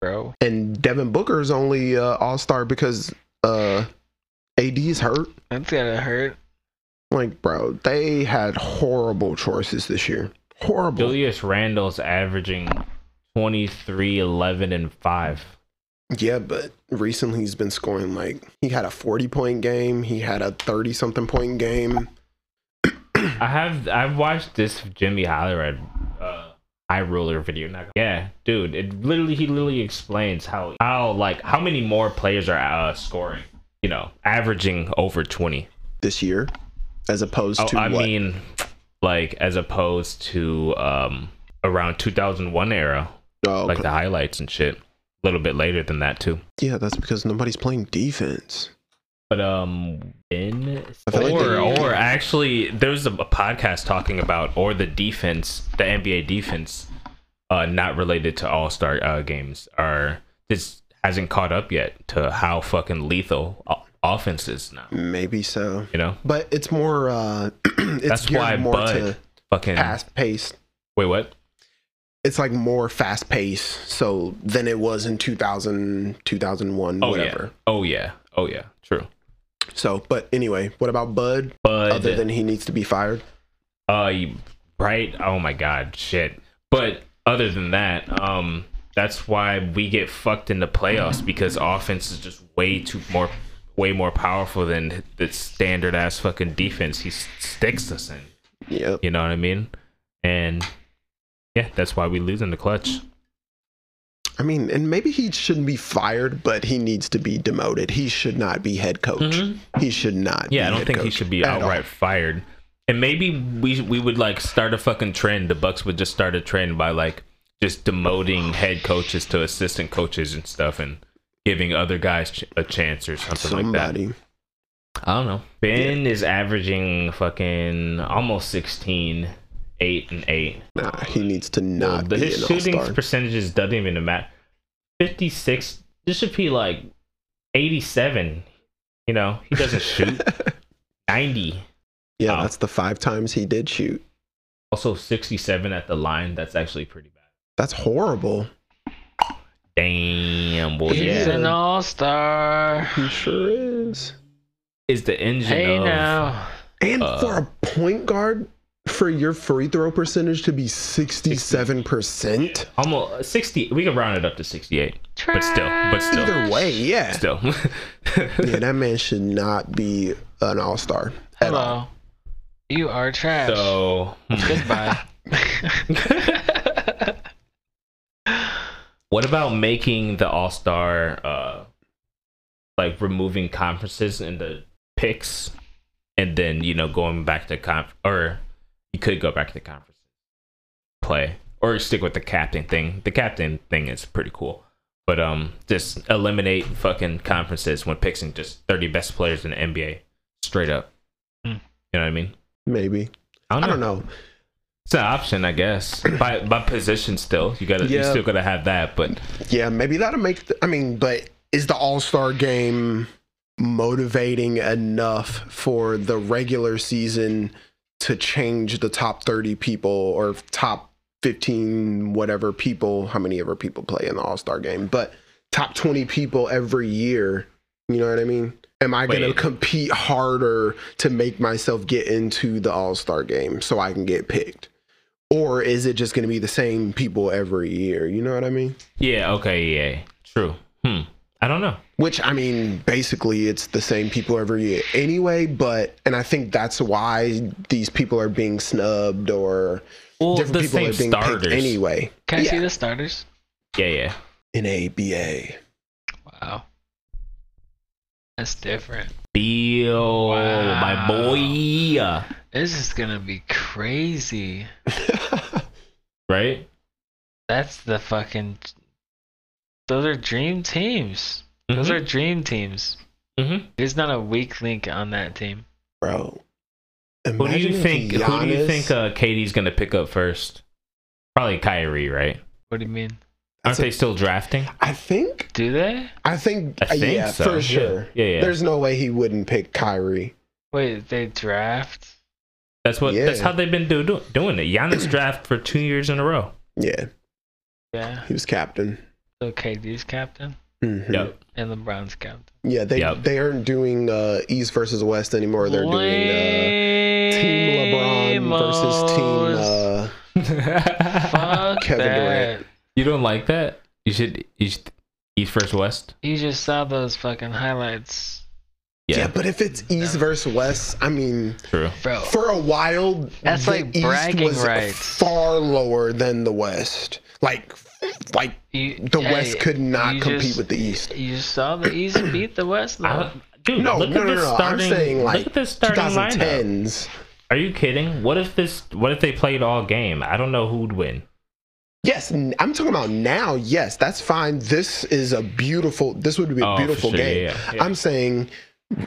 Speaker 2: bro.
Speaker 3: and Devin Booker is only uh, All Star because uh, AD's hurt.
Speaker 2: That's gonna hurt.
Speaker 3: Like, bro, they had horrible choices this year. Horrible.
Speaker 1: Julius Randle's averaging 23, 11, and 5.
Speaker 3: Yeah, but recently he's been scoring like he had a forty point game. He had a thirty something point game.
Speaker 1: I have I've watched this Jimmy Holloway uh eye roller video. Not- Yeah, dude, it literally he literally explains how how like how many more players are uh, scoring, you know, averaging over 20.
Speaker 3: this year, as opposed
Speaker 1: Oh,
Speaker 3: to
Speaker 1: I
Speaker 3: what?
Speaker 1: mean like as opposed to um around 2001 era,
Speaker 3: oh,
Speaker 1: like the highlights and shit. A little bit later than that too.
Speaker 3: yeah, that's because nobody's playing defense.
Speaker 1: But um, in
Speaker 3: feel
Speaker 1: or
Speaker 3: like they-
Speaker 1: or actually, there's a, a podcast talking about or the defense, the NBA defense, uh, not related to All Star uh, games are this hasn't caught up yet to how fucking lethal o- offense is now.
Speaker 3: Maybe so,
Speaker 1: You know,
Speaker 3: but it's more. uh It's
Speaker 1: that's
Speaker 3: geared
Speaker 1: why
Speaker 3: more
Speaker 1: Bud
Speaker 3: to
Speaker 1: fucking
Speaker 3: fast paced
Speaker 1: wait what
Speaker 3: it's like more fast paced so than it was in 2000 2001
Speaker 1: oh
Speaker 3: whatever
Speaker 1: yeah oh yeah oh yeah true.
Speaker 3: so but anyway what about bud
Speaker 1: But
Speaker 3: other than he needs to be fired
Speaker 1: Uh, you- right. Oh my god, shit. But other than that, um, that's why we get fucked in the playoffs because offense is just way too more, way more powerful than the standard ass fucking defense he s- sticks us in.
Speaker 3: yep
Speaker 1: You know what I mean? And yeah, that's why we lose in the clutch.
Speaker 3: i mean and maybe he shouldn't be fired but he needs to be demoted he should not be head coach
Speaker 1: Mhm.
Speaker 3: he should not be
Speaker 1: Yeah, I don't
Speaker 3: head
Speaker 1: think he
Speaker 3: coach
Speaker 1: should be
Speaker 3: at all.
Speaker 1: outright fired. And maybe we we would like start a fucking trend. The Bucks would just start a trend by like just demoting head coaches to assistant coaches and stuff, and giving other guys ch- a chance or something like
Speaker 3: somebody
Speaker 1: that. I don't know. Ben is averaging fucking almost 16, 8 and eight.
Speaker 3: nah, he needs to
Speaker 1: Well,
Speaker 3: not
Speaker 1: the-
Speaker 3: be
Speaker 1: his
Speaker 3: an
Speaker 1: shooting
Speaker 3: all-star
Speaker 1: percentages doesn't even matter. Fifty six. This should be like eighty seven. You know, he doesn't shoot ninety.
Speaker 3: yeah
Speaker 1: Oh.
Speaker 3: that's the five times he did shoot
Speaker 1: Also, 67 at the line. That's actually pretty bad.
Speaker 3: that's horrible
Speaker 1: Damn, boy.
Speaker 3: Yeah.
Speaker 2: He's
Speaker 1: Yeah.
Speaker 2: an all star.
Speaker 3: he sure is
Speaker 1: Is the engine
Speaker 2: Hey
Speaker 1: of.
Speaker 2: now.
Speaker 3: And
Speaker 1: Uh,
Speaker 3: for a point guard, for your free throw percentage to be 67%?
Speaker 1: Almost 60. We can round it up to 68. But still. But still.
Speaker 3: Either way, yeah.
Speaker 1: Still.
Speaker 3: Yeah, that man should not be an all star.
Speaker 2: Hello. You are trash.
Speaker 1: so.
Speaker 2: Goodbye.
Speaker 1: What about making the All Star, uh, like removing conferences and the picks, and then you know going back to conf or you could go back to conference play or stick with the captain thing. The captain thing is pretty cool, but um, just eliminate fucking conferences when picking just thirty best players in the NBA straight up.
Speaker 2: Hmm.
Speaker 1: You know what I mean?
Speaker 3: Maybe I don't know.
Speaker 1: It's an option, I guess. By by position, still you gotta you
Speaker 3: Yeah.
Speaker 1: still gotta have that. But
Speaker 3: Yeah, maybe that'll make. The, I mean, but is the All Star game motivating enough for the regular season to change the top thirty people or top fifteen whatever people? How many ever people play in the All Star game? But top twenty people every year. You know what I mean? Am I going to
Speaker 1: Wait.
Speaker 3: compete harder to make myself get into the All Star game so I can get picked? Or is it just going to be the same people every year? You know what I mean?
Speaker 1: yeah, okay, yeah, true. Hmm, I don't know.
Speaker 3: Which I mean, basically, it's the same people every year anyway. But and I think that's why these people are being snubbed or
Speaker 1: Well,
Speaker 3: different
Speaker 1: the
Speaker 3: people
Speaker 1: same
Speaker 3: are being
Speaker 1: starters.
Speaker 3: picked anyway.
Speaker 2: Can I see
Speaker 3: Yeah.
Speaker 2: the starters?
Speaker 1: Yeah, yeah.
Speaker 3: In ABA,
Speaker 2: Wow. That's different.
Speaker 1: Bill, my
Speaker 2: Wow.
Speaker 1: boy.
Speaker 2: This is gonna be crazy.
Speaker 1: Right?
Speaker 2: That's the fucking. Those are dream teams. Those
Speaker 1: Mm-hmm.
Speaker 2: are dream teams.
Speaker 1: Mhm.
Speaker 2: There's not a weak link on that team.
Speaker 3: bro.
Speaker 1: Who do
Speaker 3: imagine
Speaker 1: you
Speaker 3: if
Speaker 1: think? Who do you
Speaker 3: Giannis-
Speaker 1: think? Uh, Katie's gonna pick up first? Probably Kyrie, right?
Speaker 2: What do you mean?
Speaker 1: Aren't
Speaker 3: That's a-
Speaker 1: they still drafting?
Speaker 3: I think.
Speaker 2: Do they?
Speaker 3: I think. uh,
Speaker 1: I think
Speaker 3: yeah,
Speaker 1: so, yeah.
Speaker 3: for sure.
Speaker 1: Yeah, yeah.
Speaker 3: There's no way he wouldn't pick Kyrie.
Speaker 2: Wait, they draft?
Speaker 1: That's what. That's
Speaker 3: Yeah.
Speaker 1: how they've been do, do, doing it. Giannis draft for two years in a row.
Speaker 3: Yeah,
Speaker 2: Yeah.
Speaker 3: he was captain.
Speaker 2: So KD's captain
Speaker 3: Mhm.
Speaker 1: Yep.
Speaker 2: and LeBron's captain.
Speaker 3: Yeah, they
Speaker 1: Yep.
Speaker 3: they aren't doing uh, East versus West anymore. They're doing. Uh, Team LeBron versus
Speaker 2: Lamos.
Speaker 3: Team. Uh,
Speaker 2: Fuck
Speaker 3: Kevin
Speaker 2: that.
Speaker 3: Durant.
Speaker 1: You don't like that? You should. You should East first, West.
Speaker 2: You just saw those fucking highlights,
Speaker 3: yeah. but if it's East versus West, I mean,
Speaker 1: true.
Speaker 2: bro.
Speaker 3: for a while,
Speaker 2: That's like bragging rights.
Speaker 3: far lower than the West. Like, like
Speaker 2: You-
Speaker 3: the
Speaker 2: hey,
Speaker 3: West could not
Speaker 2: you
Speaker 3: compete
Speaker 2: just-
Speaker 3: with the East.
Speaker 2: You just saw the East beat the West. though.
Speaker 1: I, dude,
Speaker 3: No,
Speaker 1: look
Speaker 3: no,
Speaker 1: at
Speaker 3: no,
Speaker 1: this
Speaker 3: no.
Speaker 1: starting.
Speaker 3: I'm saying like
Speaker 1: look at this starting lineup.
Speaker 3: 2010s.
Speaker 1: Are you kidding? What if this? What if they played all game? I don't know who'd win.
Speaker 3: Yes, n- I'm talking about now. Yes, that's fine. This is a beautiful. This would be a
Speaker 1: Oh, for
Speaker 3: beautiful
Speaker 1: sure, yeah,
Speaker 3: game.
Speaker 1: yeah, yeah.
Speaker 3: I'm saying,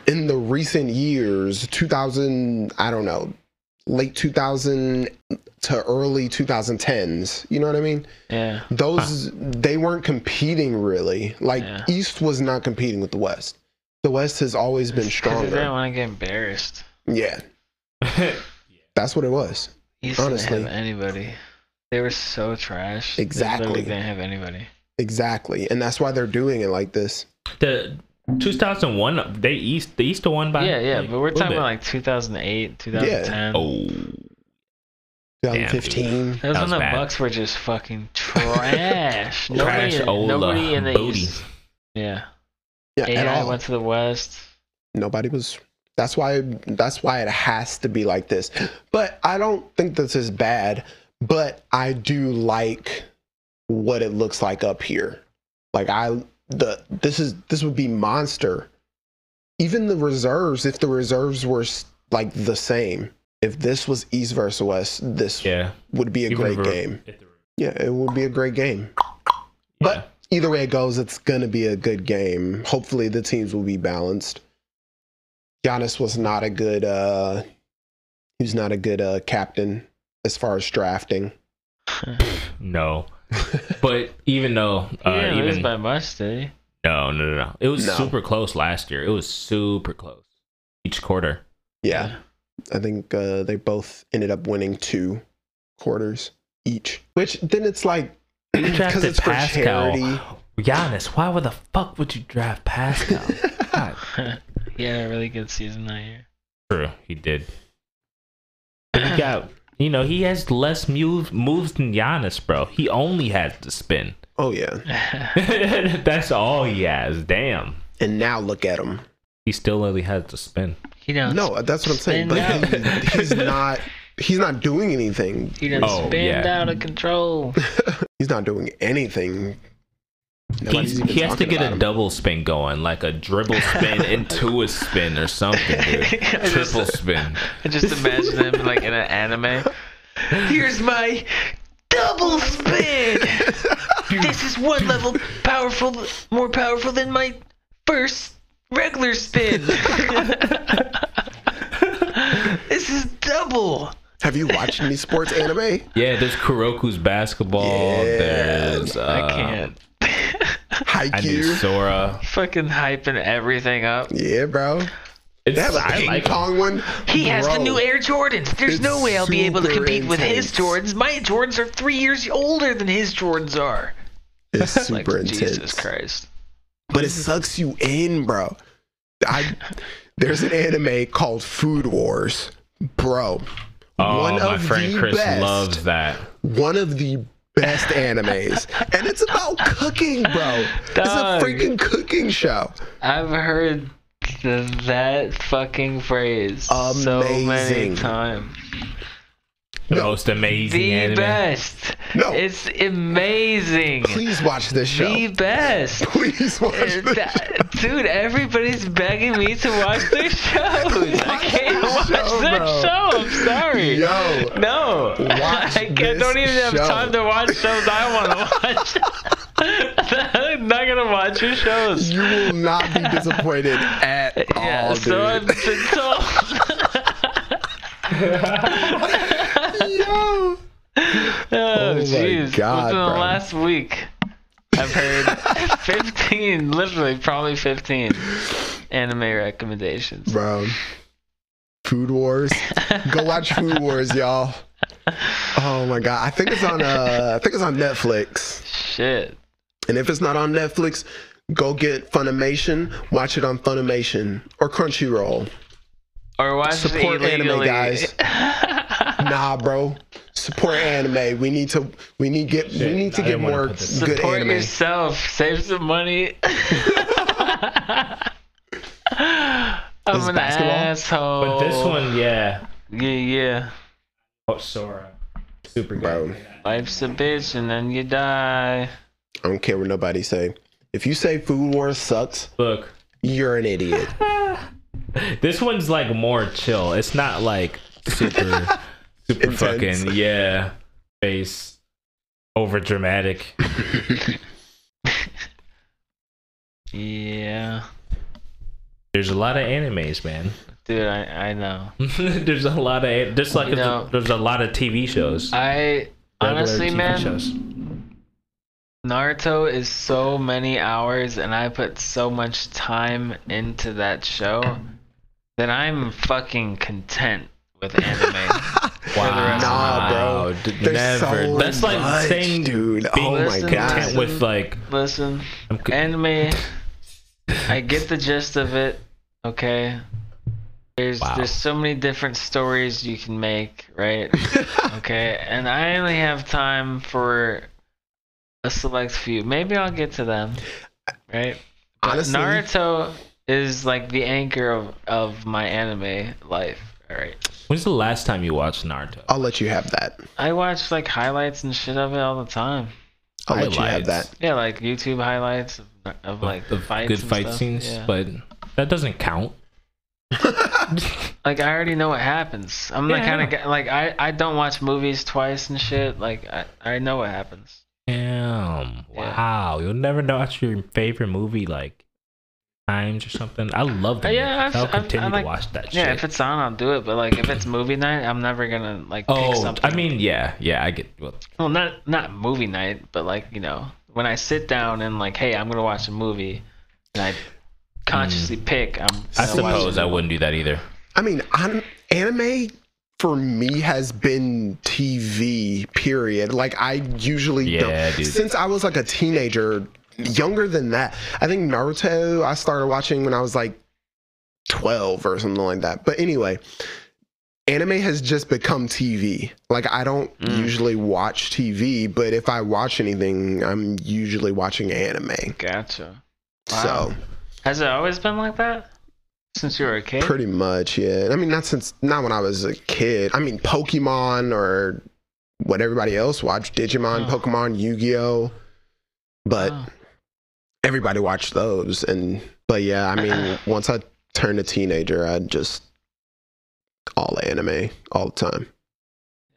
Speaker 3: in the recent years, 2000, I don't know, late 2000 to early 2010s. You know what I mean?
Speaker 2: yeah,
Speaker 3: Those they weren't competing really. Like
Speaker 2: Yeah.
Speaker 3: East was not competing with the West. The West has always been
Speaker 2: because they didn't
Speaker 3: stronger.
Speaker 2: want to get embarrassed.
Speaker 3: Yeah, that's what it was.
Speaker 2: East
Speaker 3: Honestly.
Speaker 2: didn't have anybody. They were so trash. They
Speaker 3: Exactly.
Speaker 2: literally didn't have anybody.
Speaker 3: Exactly, and that's why they're doing it like this.
Speaker 1: the 2001, they East, the East won by.
Speaker 2: yeah, yeah,
Speaker 1: like,
Speaker 2: but we're
Speaker 1: a little
Speaker 2: talking about
Speaker 1: bit.
Speaker 2: like 2008, 2010.
Speaker 1: Oh,
Speaker 3: 2015.
Speaker 2: That
Speaker 1: That
Speaker 2: was when
Speaker 1: was
Speaker 2: the
Speaker 1: bad.
Speaker 2: Bucks were just fucking trash. nobody,
Speaker 1: Trash Ola
Speaker 2: nobody in the
Speaker 1: booty.
Speaker 2: East. Yeah.
Speaker 3: Yeah, at
Speaker 2: AI
Speaker 3: all.
Speaker 2: went to the West.
Speaker 3: nobody was that's why that's why it has to be like this but i don't think this is bad but i do like what it looks like up here like i the this is this would be monster even the reserves if the reserves were s- like the same if this was east versus west this
Speaker 1: Yeah,
Speaker 3: would be a
Speaker 1: Even
Speaker 3: great
Speaker 1: if-
Speaker 3: game yeah it would be a great game but either way it goes, it's gonna be a good game. Hopefully the teams will be balanced. Giannis was not a good uh he was not a good uh captain as far as drafting.
Speaker 1: Uh, no. But even though,
Speaker 2: He
Speaker 1: uh,
Speaker 2: didn't lose
Speaker 1: even
Speaker 2: by much, did he?
Speaker 1: no, no, no, no, it was
Speaker 3: No.
Speaker 1: super close last year. It was super close each quarter.
Speaker 3: Yeah. I think uh they both ended up winning two quarters each. Which then it's like
Speaker 1: You
Speaker 3: because
Speaker 1: drafted
Speaker 3: it's for
Speaker 1: Pascal.
Speaker 3: charity.
Speaker 1: Giannis, why would the fuck would you draft Pascal? God.
Speaker 2: He had a really good season that year.
Speaker 1: True, he did. But he got, you know, he has less move, moves than Giannis, bro. He only has the spin.
Speaker 3: Oh yeah.
Speaker 1: That's all he has. Damn.
Speaker 3: And now look at him.
Speaker 1: He still only has the spin.
Speaker 2: He don't.
Speaker 3: No, that's what I'm saying. But
Speaker 2: Spin
Speaker 3: he, he's not he's not doing anything.
Speaker 2: He done
Speaker 1: Oh,
Speaker 2: not spinned
Speaker 1: yeah.
Speaker 2: out of control.
Speaker 3: He's not doing anything
Speaker 1: He's,
Speaker 3: Nobody's even
Speaker 1: he has to
Speaker 3: talking
Speaker 1: get
Speaker 3: about
Speaker 1: a
Speaker 3: him.
Speaker 1: double spin going, like a dribble spin into a spin or something, dude.
Speaker 2: just-
Speaker 1: Triple spin.
Speaker 2: I just imagine him like in an anime. Here's my double spin. this is one level powerful, more powerful than my first regular spin. this is double.
Speaker 3: Have you watched any sports anime?
Speaker 1: Yeah, there's Kuroku's basketball.
Speaker 3: Yeah.
Speaker 1: There's uh,
Speaker 2: I can't.
Speaker 1: I knew
Speaker 3: Haikyuu?
Speaker 1: Sora.
Speaker 2: Fucking hyping everything up.
Speaker 3: Yeah, bro.
Speaker 1: It's,
Speaker 3: They have a
Speaker 1: I
Speaker 3: ping
Speaker 1: like
Speaker 3: pong one.
Speaker 2: He has the
Speaker 3: Bro,
Speaker 2: new Air Jordans. There's
Speaker 3: It's
Speaker 2: no way I'll be able to
Speaker 3: super
Speaker 2: compete with his
Speaker 3: intense.
Speaker 2: Jordans. My Jordans are three years older than his Jordans are.
Speaker 3: It's
Speaker 2: Like
Speaker 3: super intense.
Speaker 2: Jesus Christ.
Speaker 3: But it sucks you in, bro. I there's an anime called Food Wars, bro.
Speaker 1: Oh,
Speaker 3: One
Speaker 1: my
Speaker 3: of
Speaker 1: friend
Speaker 3: the
Speaker 1: Chris
Speaker 3: best.
Speaker 1: loves that.
Speaker 3: One of the best animes, and it's about cooking, bro. It's a
Speaker 2: Dog.
Speaker 3: freaking cooking show.
Speaker 2: I've heard th- that fucking phrase so
Speaker 3: Amazing.
Speaker 2: many times.
Speaker 1: The
Speaker 3: No.
Speaker 1: most amazing
Speaker 2: The
Speaker 1: anime.
Speaker 2: best.
Speaker 3: No.
Speaker 2: It's amazing.
Speaker 3: Please watch this show.
Speaker 2: The best.
Speaker 3: Please watch
Speaker 2: Uh,
Speaker 3: this show.
Speaker 2: that- Dude, everybody's begging me to watch their shows. I
Speaker 3: Watch
Speaker 2: can't
Speaker 3: this
Speaker 2: watch
Speaker 3: show,
Speaker 2: their
Speaker 3: bro.
Speaker 2: show. I'm sorry.
Speaker 3: Yo,
Speaker 2: No,
Speaker 3: Watch
Speaker 2: I, can't-
Speaker 3: this
Speaker 2: don't even have
Speaker 3: show.
Speaker 2: time to watch shows I want to watch. I'm not gonna watch your shows.
Speaker 3: you will not be disappointed at
Speaker 2: yeah,
Speaker 3: all,
Speaker 2: so I've
Speaker 3: dude.
Speaker 2: been told.
Speaker 3: Yo.
Speaker 2: Oh,
Speaker 3: my
Speaker 2: jeez.
Speaker 3: God,
Speaker 2: Within
Speaker 3: bro.
Speaker 2: the last week, I've heard 15, literally, probably 15 anime recommendations.
Speaker 3: bro. Food Wars. Go watch Food Wars, y'all. Oh my god, I think it's on. Uh, I think it's on Netflix.
Speaker 2: Shit.
Speaker 3: And if it's not on Netflix, go get Funimation. Watch it on Funimation or Crunchyroll.
Speaker 2: Or watch
Speaker 3: Support
Speaker 2: it illegally.
Speaker 3: anime, guys. Nah, bro. Support anime. We need to. We need get. we need to
Speaker 1: I
Speaker 3: get
Speaker 1: didn't wanna
Speaker 3: more
Speaker 1: put
Speaker 3: good
Speaker 1: this-
Speaker 2: Support
Speaker 3: anime.
Speaker 2: yourself. Save some money. I'm
Speaker 3: This is
Speaker 2: an
Speaker 3: basketball?
Speaker 2: asshole.
Speaker 1: But this one, yeah.
Speaker 2: Yeah, yeah.
Speaker 1: Oh, Sora. Super good.
Speaker 3: Bro,
Speaker 2: Life's a bitch and then you die.
Speaker 3: I don't care what nobody say. If you say Food Wars sucks,
Speaker 1: Look,
Speaker 3: you're an idiot.
Speaker 1: this one's like more chill. It's not like super, super
Speaker 3: Intense.
Speaker 1: fucking yeah, face over dramatic.
Speaker 2: Yeah.
Speaker 1: There's a lot of animes, man.
Speaker 2: Dude, I, I know.
Speaker 1: Hmm. there's a lot of there's like
Speaker 2: You know-
Speaker 1: there's a lot of TV shows.
Speaker 2: I
Speaker 1: regular
Speaker 2: honestly,
Speaker 1: TV
Speaker 2: man,
Speaker 1: shows.
Speaker 2: Naruto is so many hours, and I put so much time into that show that I'm fucking content with anime. rest of
Speaker 3: Nah,
Speaker 2: my
Speaker 3: bro.
Speaker 1: Wow, d-
Speaker 3: There's
Speaker 1: never.
Speaker 3: so
Speaker 1: That's like
Speaker 3: much,
Speaker 1: saying,
Speaker 3: dude.
Speaker 1: being
Speaker 3: oh my
Speaker 2: listen,
Speaker 1: content
Speaker 3: god.
Speaker 2: listen.
Speaker 1: with like
Speaker 2: Listen,
Speaker 1: I'm co-
Speaker 2: anime, I get the gist of it. Okay. There's
Speaker 1: Wow.
Speaker 2: there's so many different stories you can make, right? okay, and I only have time for a select few. Maybe I'll get to them. Right? But
Speaker 3: Honestly,
Speaker 2: Naruto is like the anchor of, of my anime life. All right.
Speaker 1: When's the last time you watched Naruto?
Speaker 3: I'll let you have that.
Speaker 2: I watch like highlights and shit of it all the time.
Speaker 3: I'll let you have
Speaker 1: Highlights.
Speaker 3: that.
Speaker 2: Yeah, like YouTube highlights of, of like the
Speaker 1: Of
Speaker 2: fights
Speaker 1: good
Speaker 2: and
Speaker 1: fight
Speaker 2: stuff.
Speaker 1: scenes,
Speaker 2: Yeah.
Speaker 1: but that doesn't count.
Speaker 2: like I already know what happens. I'm
Speaker 1: Yeah,
Speaker 2: the
Speaker 1: I
Speaker 2: kind
Speaker 1: know.
Speaker 2: of guy like I I don't watch movies twice and shit. Like I I know what happens.
Speaker 1: Damn!
Speaker 2: Yeah.
Speaker 1: Wow, you'll never know watch your favorite movie like times or something. I love that.
Speaker 2: Uh, Yeah, I've-
Speaker 1: I'll
Speaker 2: I've-
Speaker 1: continue
Speaker 2: I like-
Speaker 1: to watch that
Speaker 2: Yeah,
Speaker 1: shit.
Speaker 2: if it's on, I'll do it. But like if it's movie night, I'm never gonna like pick
Speaker 1: oh,
Speaker 2: something.
Speaker 1: I mean, yeah, yeah, I get. Well,
Speaker 2: well, not not movie night, but like you know when I sit down and like hey, I'm gonna watch a movie, and I consciously pick. I'm
Speaker 1: Mm. I
Speaker 2: gonna watch
Speaker 1: suppose
Speaker 2: it.
Speaker 1: I wouldn't do that either.
Speaker 3: I mean, an- anime for me has been TV. Period. Like I usually
Speaker 1: Yeah,
Speaker 3: don't.
Speaker 1: dude.
Speaker 3: Since I was like a teenager, younger than that. I think Naruto I started watching when I was like twelve or something like that. But anyway. Anime has just become TV. Like I don't
Speaker 1: Mm.
Speaker 3: usually watch TV, but if I watch anything, I'm usually watching anime.
Speaker 2: Gotcha.
Speaker 3: So,
Speaker 2: Has it always been like that? Since you were a kid?
Speaker 3: Pretty much, yeah. I mean, not since not when I was a kid. I mean, Pokemon or what everybody else watched, Digimon,
Speaker 2: Oh.
Speaker 3: Pokemon, Yu-Gi-Oh. But
Speaker 2: Oh.
Speaker 3: everybody watched those and but yeah i mean once i turned a teenager i just all anime all the time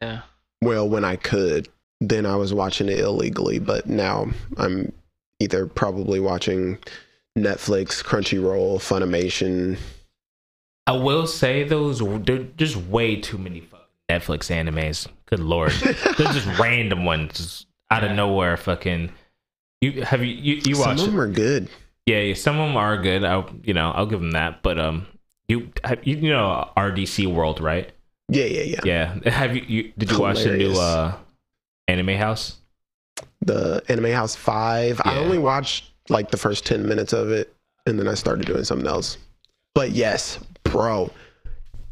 Speaker 2: Yeah.
Speaker 3: well when i could then i was watching it illegally but now i'm either probably watching netflix crunchyroll funimation
Speaker 1: I will say those there's just way too many fucking Netflix animes. Good lord, they're just random ones just out of nowhere. Fucking, you have you you, you
Speaker 3: some
Speaker 1: watch?
Speaker 3: of them are good
Speaker 1: Yeah, yeah, some of them are good. I you know I'll give them that. But um, you have, you, you know RDC World right?
Speaker 3: yeah yeah yeah
Speaker 1: Yeah. Have you, you did you watch the new
Speaker 3: Hilarious.
Speaker 1: uh Anime House?
Speaker 3: the anime house 5 i
Speaker 1: Yeah.
Speaker 3: only watched like the first 10 minutes of it and then i started doing something else but yes bro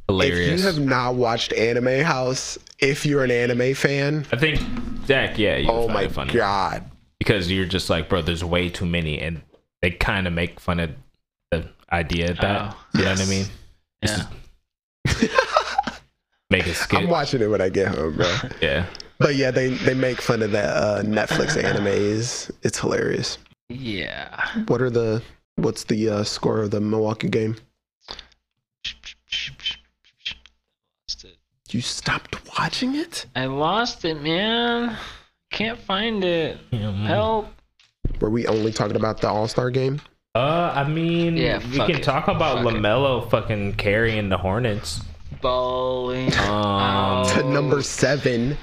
Speaker 1: Hilarious.
Speaker 3: If you have not watched Anime House, if you're an anime fan,
Speaker 1: I think Zach, yeah, you
Speaker 3: oh
Speaker 1: find
Speaker 3: my
Speaker 1: it funny.
Speaker 3: god,
Speaker 1: because you're just like, bro, there's way too many, and they kind of make fun of the idea of that.
Speaker 2: Oh.
Speaker 1: you know what I
Speaker 3: Yes.
Speaker 1: mean? It's
Speaker 2: Yeah.
Speaker 1: just- make a skit.
Speaker 3: I'm watching it when I get home, bro.
Speaker 1: yeah,
Speaker 3: but yeah, they they make fun of that uh, Netflix animes. It's hilarious.
Speaker 2: Yeah.
Speaker 3: What are the what's the uh, score of the Milwaukee game?
Speaker 2: Lost it.
Speaker 3: You stopped watching it?
Speaker 2: I lost it, man. Can't find it.
Speaker 1: Hmm.
Speaker 2: Help.
Speaker 3: Were we only talking about the All Star game?
Speaker 1: Uh, I mean,
Speaker 2: Yeah,
Speaker 1: we
Speaker 2: fuck
Speaker 1: can
Speaker 2: it.
Speaker 1: talk about
Speaker 2: Fuck it.
Speaker 1: Lamelo fucking carrying the Hornets.
Speaker 2: Bowling.
Speaker 1: Um,
Speaker 2: Oh.
Speaker 3: To number seven.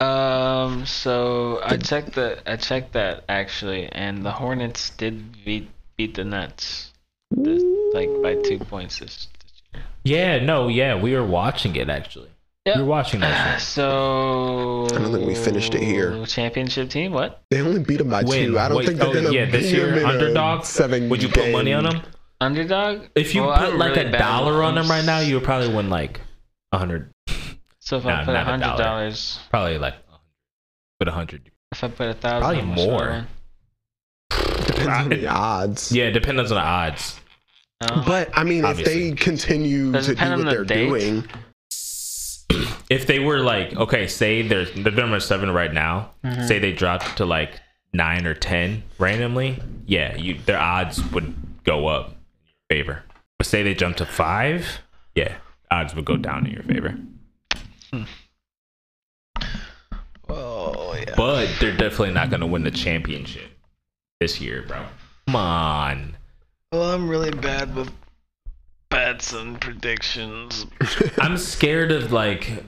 Speaker 2: Um. So I checked the I checked that actually, and the Hornets did beat beat the Nets, this, like by two points this, this year.
Speaker 1: Yeah, no, yeah, we were watching it actually.
Speaker 2: Yep.
Speaker 1: We were watching that. shit.
Speaker 2: So
Speaker 3: I don't think we finished it here.
Speaker 2: Championship team? What?
Speaker 3: They only beat them by
Speaker 1: Wait,
Speaker 3: two. I don't
Speaker 1: wait,
Speaker 3: think they're
Speaker 1: oh,
Speaker 3: gonna
Speaker 1: yeah,
Speaker 3: beat
Speaker 1: this year
Speaker 3: them in a
Speaker 1: underdog.
Speaker 3: Seven.
Speaker 1: Would you put money on
Speaker 3: game.
Speaker 1: them?
Speaker 2: Underdog?
Speaker 1: If you
Speaker 2: Well, I'm
Speaker 1: put like
Speaker 2: really
Speaker 1: a
Speaker 2: bad at
Speaker 1: dollar on
Speaker 2: games.
Speaker 1: them right now, you would probably win like a hundred.
Speaker 2: So if
Speaker 1: Nah,
Speaker 2: I put
Speaker 1: not
Speaker 2: a
Speaker 1: a
Speaker 2: hundred
Speaker 1: dollar.
Speaker 2: dollars,
Speaker 1: Probably like put a hundred.
Speaker 2: if I put a thousand,
Speaker 1: Probably
Speaker 2: how much would I
Speaker 1: more.
Speaker 2: win?
Speaker 3: Depends on the odds.
Speaker 1: Yeah, it depends on the odds.
Speaker 2: No.
Speaker 3: But I mean,
Speaker 1: Obviously.
Speaker 3: if they continue
Speaker 2: Does
Speaker 3: to do
Speaker 2: it depend on
Speaker 3: what
Speaker 2: the
Speaker 3: they're
Speaker 2: date?
Speaker 3: doing,
Speaker 1: If they were like, okay, say they're they're number seven right now. Say they dropped to like nine or ten randomly. Yeah, you their odds would go up in your favor. But say they jump to five. Yeah, odds would go down in your favor.
Speaker 2: Hmm. oh yeah.
Speaker 1: But they're definitely not gonna win the championship this year, bro. Come on.
Speaker 2: Well, I'm really bad with bets and predictions.
Speaker 1: I'm scared of like,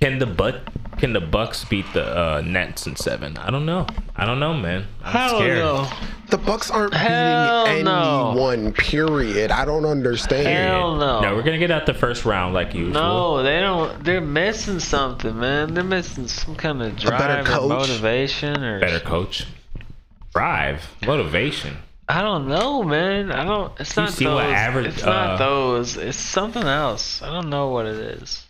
Speaker 1: can the but can the Bucks beat the uh, Nets in seven? I don't know. I don't know, man. I'm
Speaker 2: Hell
Speaker 1: scared.
Speaker 2: no.
Speaker 3: the Bucks aren't
Speaker 2: Hell
Speaker 3: beating
Speaker 2: no.
Speaker 3: anyone. Period. I don't understand.
Speaker 2: Hell no.
Speaker 1: No, we're gonna get out the first round like usual.
Speaker 2: No, they don't. They're missing something, man. They're missing some kind of drive
Speaker 3: better
Speaker 2: or
Speaker 3: coach?
Speaker 2: motivation or
Speaker 1: Better coach. Drive. Motivation.
Speaker 2: I don't know, man. I don't. It's
Speaker 1: You
Speaker 2: not
Speaker 1: see
Speaker 2: those.
Speaker 1: what average-
Speaker 2: it's not
Speaker 1: uh,
Speaker 2: those. It's something else. I don't know what it is.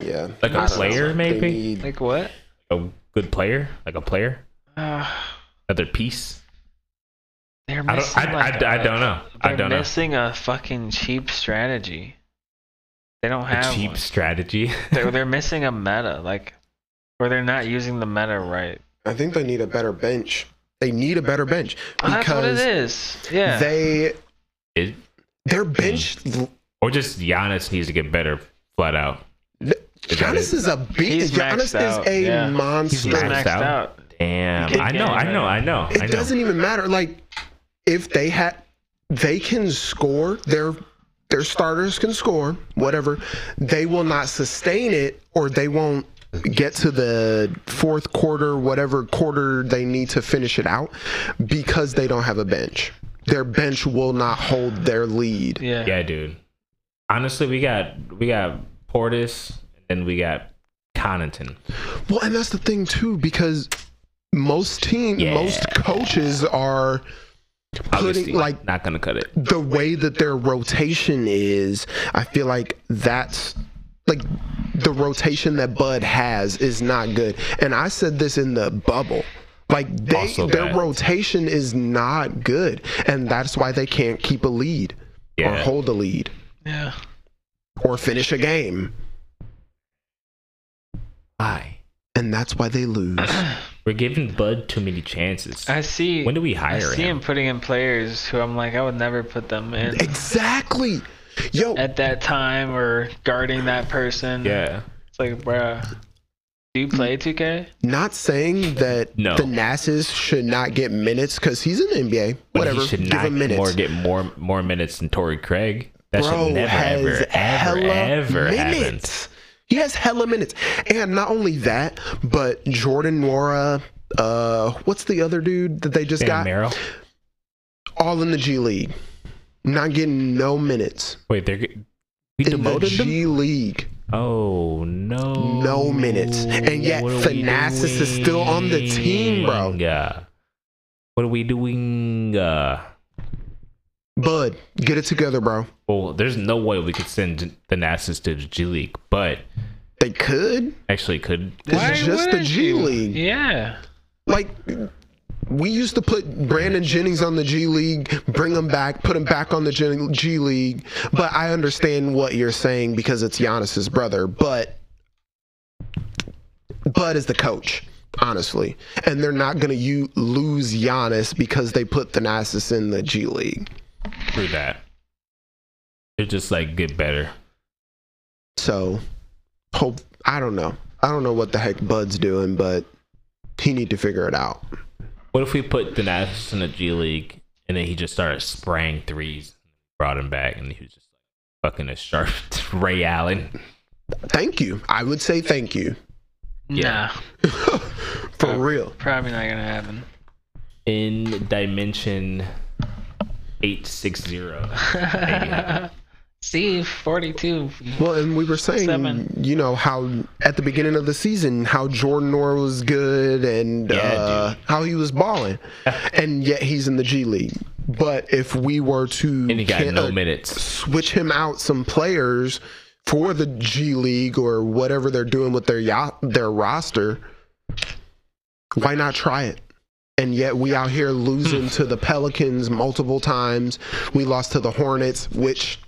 Speaker 3: Yeah,
Speaker 1: Like a
Speaker 3: I don't
Speaker 1: player,
Speaker 3: know. They
Speaker 1: maybe?
Speaker 3: need-
Speaker 2: Like what?
Speaker 1: A good player? Like a player?
Speaker 2: Uh,
Speaker 1: Another piece?
Speaker 2: they're
Speaker 1: I
Speaker 2: missing.
Speaker 1: don't I,
Speaker 2: like,
Speaker 1: I, I
Speaker 2: a-
Speaker 1: don't know. I
Speaker 2: they're
Speaker 1: don't know.
Speaker 2: missing a fucking cheap strategy. They don't
Speaker 1: A
Speaker 2: have
Speaker 1: cheap
Speaker 2: one.
Speaker 1: strategy.
Speaker 2: they're, they're missing a meta, like, or they're not using the meta right.
Speaker 3: I think they need a better bench. They need a better bench
Speaker 2: Oh, That's what it
Speaker 3: because
Speaker 2: is. Yeah.
Speaker 3: they
Speaker 1: It-
Speaker 3: their bench. l-
Speaker 1: or just Giannis needs to get better flat out.
Speaker 3: Giannis is a beast.
Speaker 2: He's
Speaker 3: Giannis
Speaker 2: maxed
Speaker 3: is
Speaker 2: out,
Speaker 3: a
Speaker 2: yeah.
Speaker 3: monster.
Speaker 2: He's
Speaker 1: maxed
Speaker 2: maxed
Speaker 1: out.
Speaker 2: out.
Speaker 1: Damn.
Speaker 2: Good
Speaker 1: I know,
Speaker 2: game,
Speaker 1: I know,
Speaker 2: man.
Speaker 1: I know, I
Speaker 3: It
Speaker 1: know.
Speaker 3: doesn't even matter. Like if they had, they can score. Their their starters can score. Whatever. They will not sustain it, or they won't get to the fourth quarter, whatever quarter they need to finish it out, because they don't have a bench. Their bench will not hold their lead.
Speaker 2: Yeah.
Speaker 1: Yeah, dude. Honestly, we got we got Portis and then we got Connaughton.
Speaker 3: Well, and that's the thing too, because most team,
Speaker 1: Yeah.
Speaker 3: most coaches are
Speaker 1: Obviously,
Speaker 3: putting like
Speaker 1: not gonna cut it.
Speaker 3: the way that their rotation is, I feel like that's like the rotation that Bud has is not good. And I said this in the bubble. Like they
Speaker 1: Also
Speaker 3: their
Speaker 1: bad.
Speaker 3: rotation is not good. And that's why they can't keep a lead or
Speaker 1: Yeah.
Speaker 3: hold a lead
Speaker 2: Yeah.
Speaker 3: or finish a game.
Speaker 1: Why?
Speaker 3: And that's why they lose.
Speaker 1: We're giving Bud too many chances.
Speaker 2: I see.
Speaker 1: When do we hire
Speaker 2: I see
Speaker 1: him?
Speaker 2: him putting in players who I'm like, I would never put them in
Speaker 3: Exactly. Yo,
Speaker 2: at that time or guarding that person.
Speaker 1: yeah. Mm.
Speaker 2: It's like, bruh, do you play 2K?
Speaker 3: not saying that
Speaker 1: No.
Speaker 3: the Nasses should not get minutes because he's in the NBA.
Speaker 1: But
Speaker 3: Whatever.
Speaker 1: He should
Speaker 3: Give
Speaker 1: not
Speaker 3: him minutes.
Speaker 1: more get more more minutes than Torrey Craig. That
Speaker 3: Bro
Speaker 1: should never
Speaker 3: has
Speaker 1: ever ever
Speaker 3: hella
Speaker 1: ever happen.
Speaker 3: minutes. He has hella minutes, and not only that, but Jordan Nora. Uh, what's the other dude that they just
Speaker 1: Dan
Speaker 3: got?
Speaker 1: Merrill.
Speaker 3: All in the G League, not getting no minutes
Speaker 1: Wait, they're get- we
Speaker 3: in the
Speaker 1: demoted them.
Speaker 3: G League.
Speaker 1: Oh no.
Speaker 3: No minutes. And yet
Speaker 1: What are we
Speaker 3: Thanasis is still on the team, bro.
Speaker 1: doing? Uh, What are we doing? Uh,
Speaker 3: Bud, get it together, bro.
Speaker 1: well, there's no way we could send Thanasis to the G League, but
Speaker 3: They could.
Speaker 1: actually could.
Speaker 3: It's
Speaker 2: Why
Speaker 3: just the
Speaker 2: wouldn't
Speaker 3: G
Speaker 2: you?
Speaker 3: League.
Speaker 2: Yeah.
Speaker 3: Like we used to put Brandon Jennings on the G League, bring him back, put him back on the G- G League. But I understand what you're saying because it's Giannis's brother. But Bud is the coach, honestly, and they're not gonna u- lose Giannis because they put Thanasis in the G League.
Speaker 1: through that. They're just like get better.
Speaker 3: So hope I don't know. I don't know what the heck Bud's doing, but he need to figure it out.
Speaker 1: What if we put Thanasis in the G League and then he just started spraying threes, brought him back, and he was just like fucking a sharp Ray Allen.
Speaker 3: Thank you. I would say thank you.
Speaker 1: Yeah.
Speaker 2: Nah.
Speaker 3: For real.
Speaker 2: Probably not gonna happen.
Speaker 1: in dimension 860 maybe.
Speaker 2: See, 42.
Speaker 3: Well, and we were saying,
Speaker 2: Seven.
Speaker 3: you know, how at the beginning of the season, how Jordan Nor was good and
Speaker 1: Yeah,
Speaker 3: uh,
Speaker 1: dude.
Speaker 3: how he was balling, and yet he's in the G League. But if we were to
Speaker 1: and he got
Speaker 3: can-
Speaker 1: no
Speaker 3: uh,
Speaker 1: minutes
Speaker 3: switch him out some players for the G League or whatever they're doing with their ya- their roster, why not try it? And yet we out here
Speaker 2: Hmm.
Speaker 3: losing to the Pelicans multiple times. We lost to the Hornets, which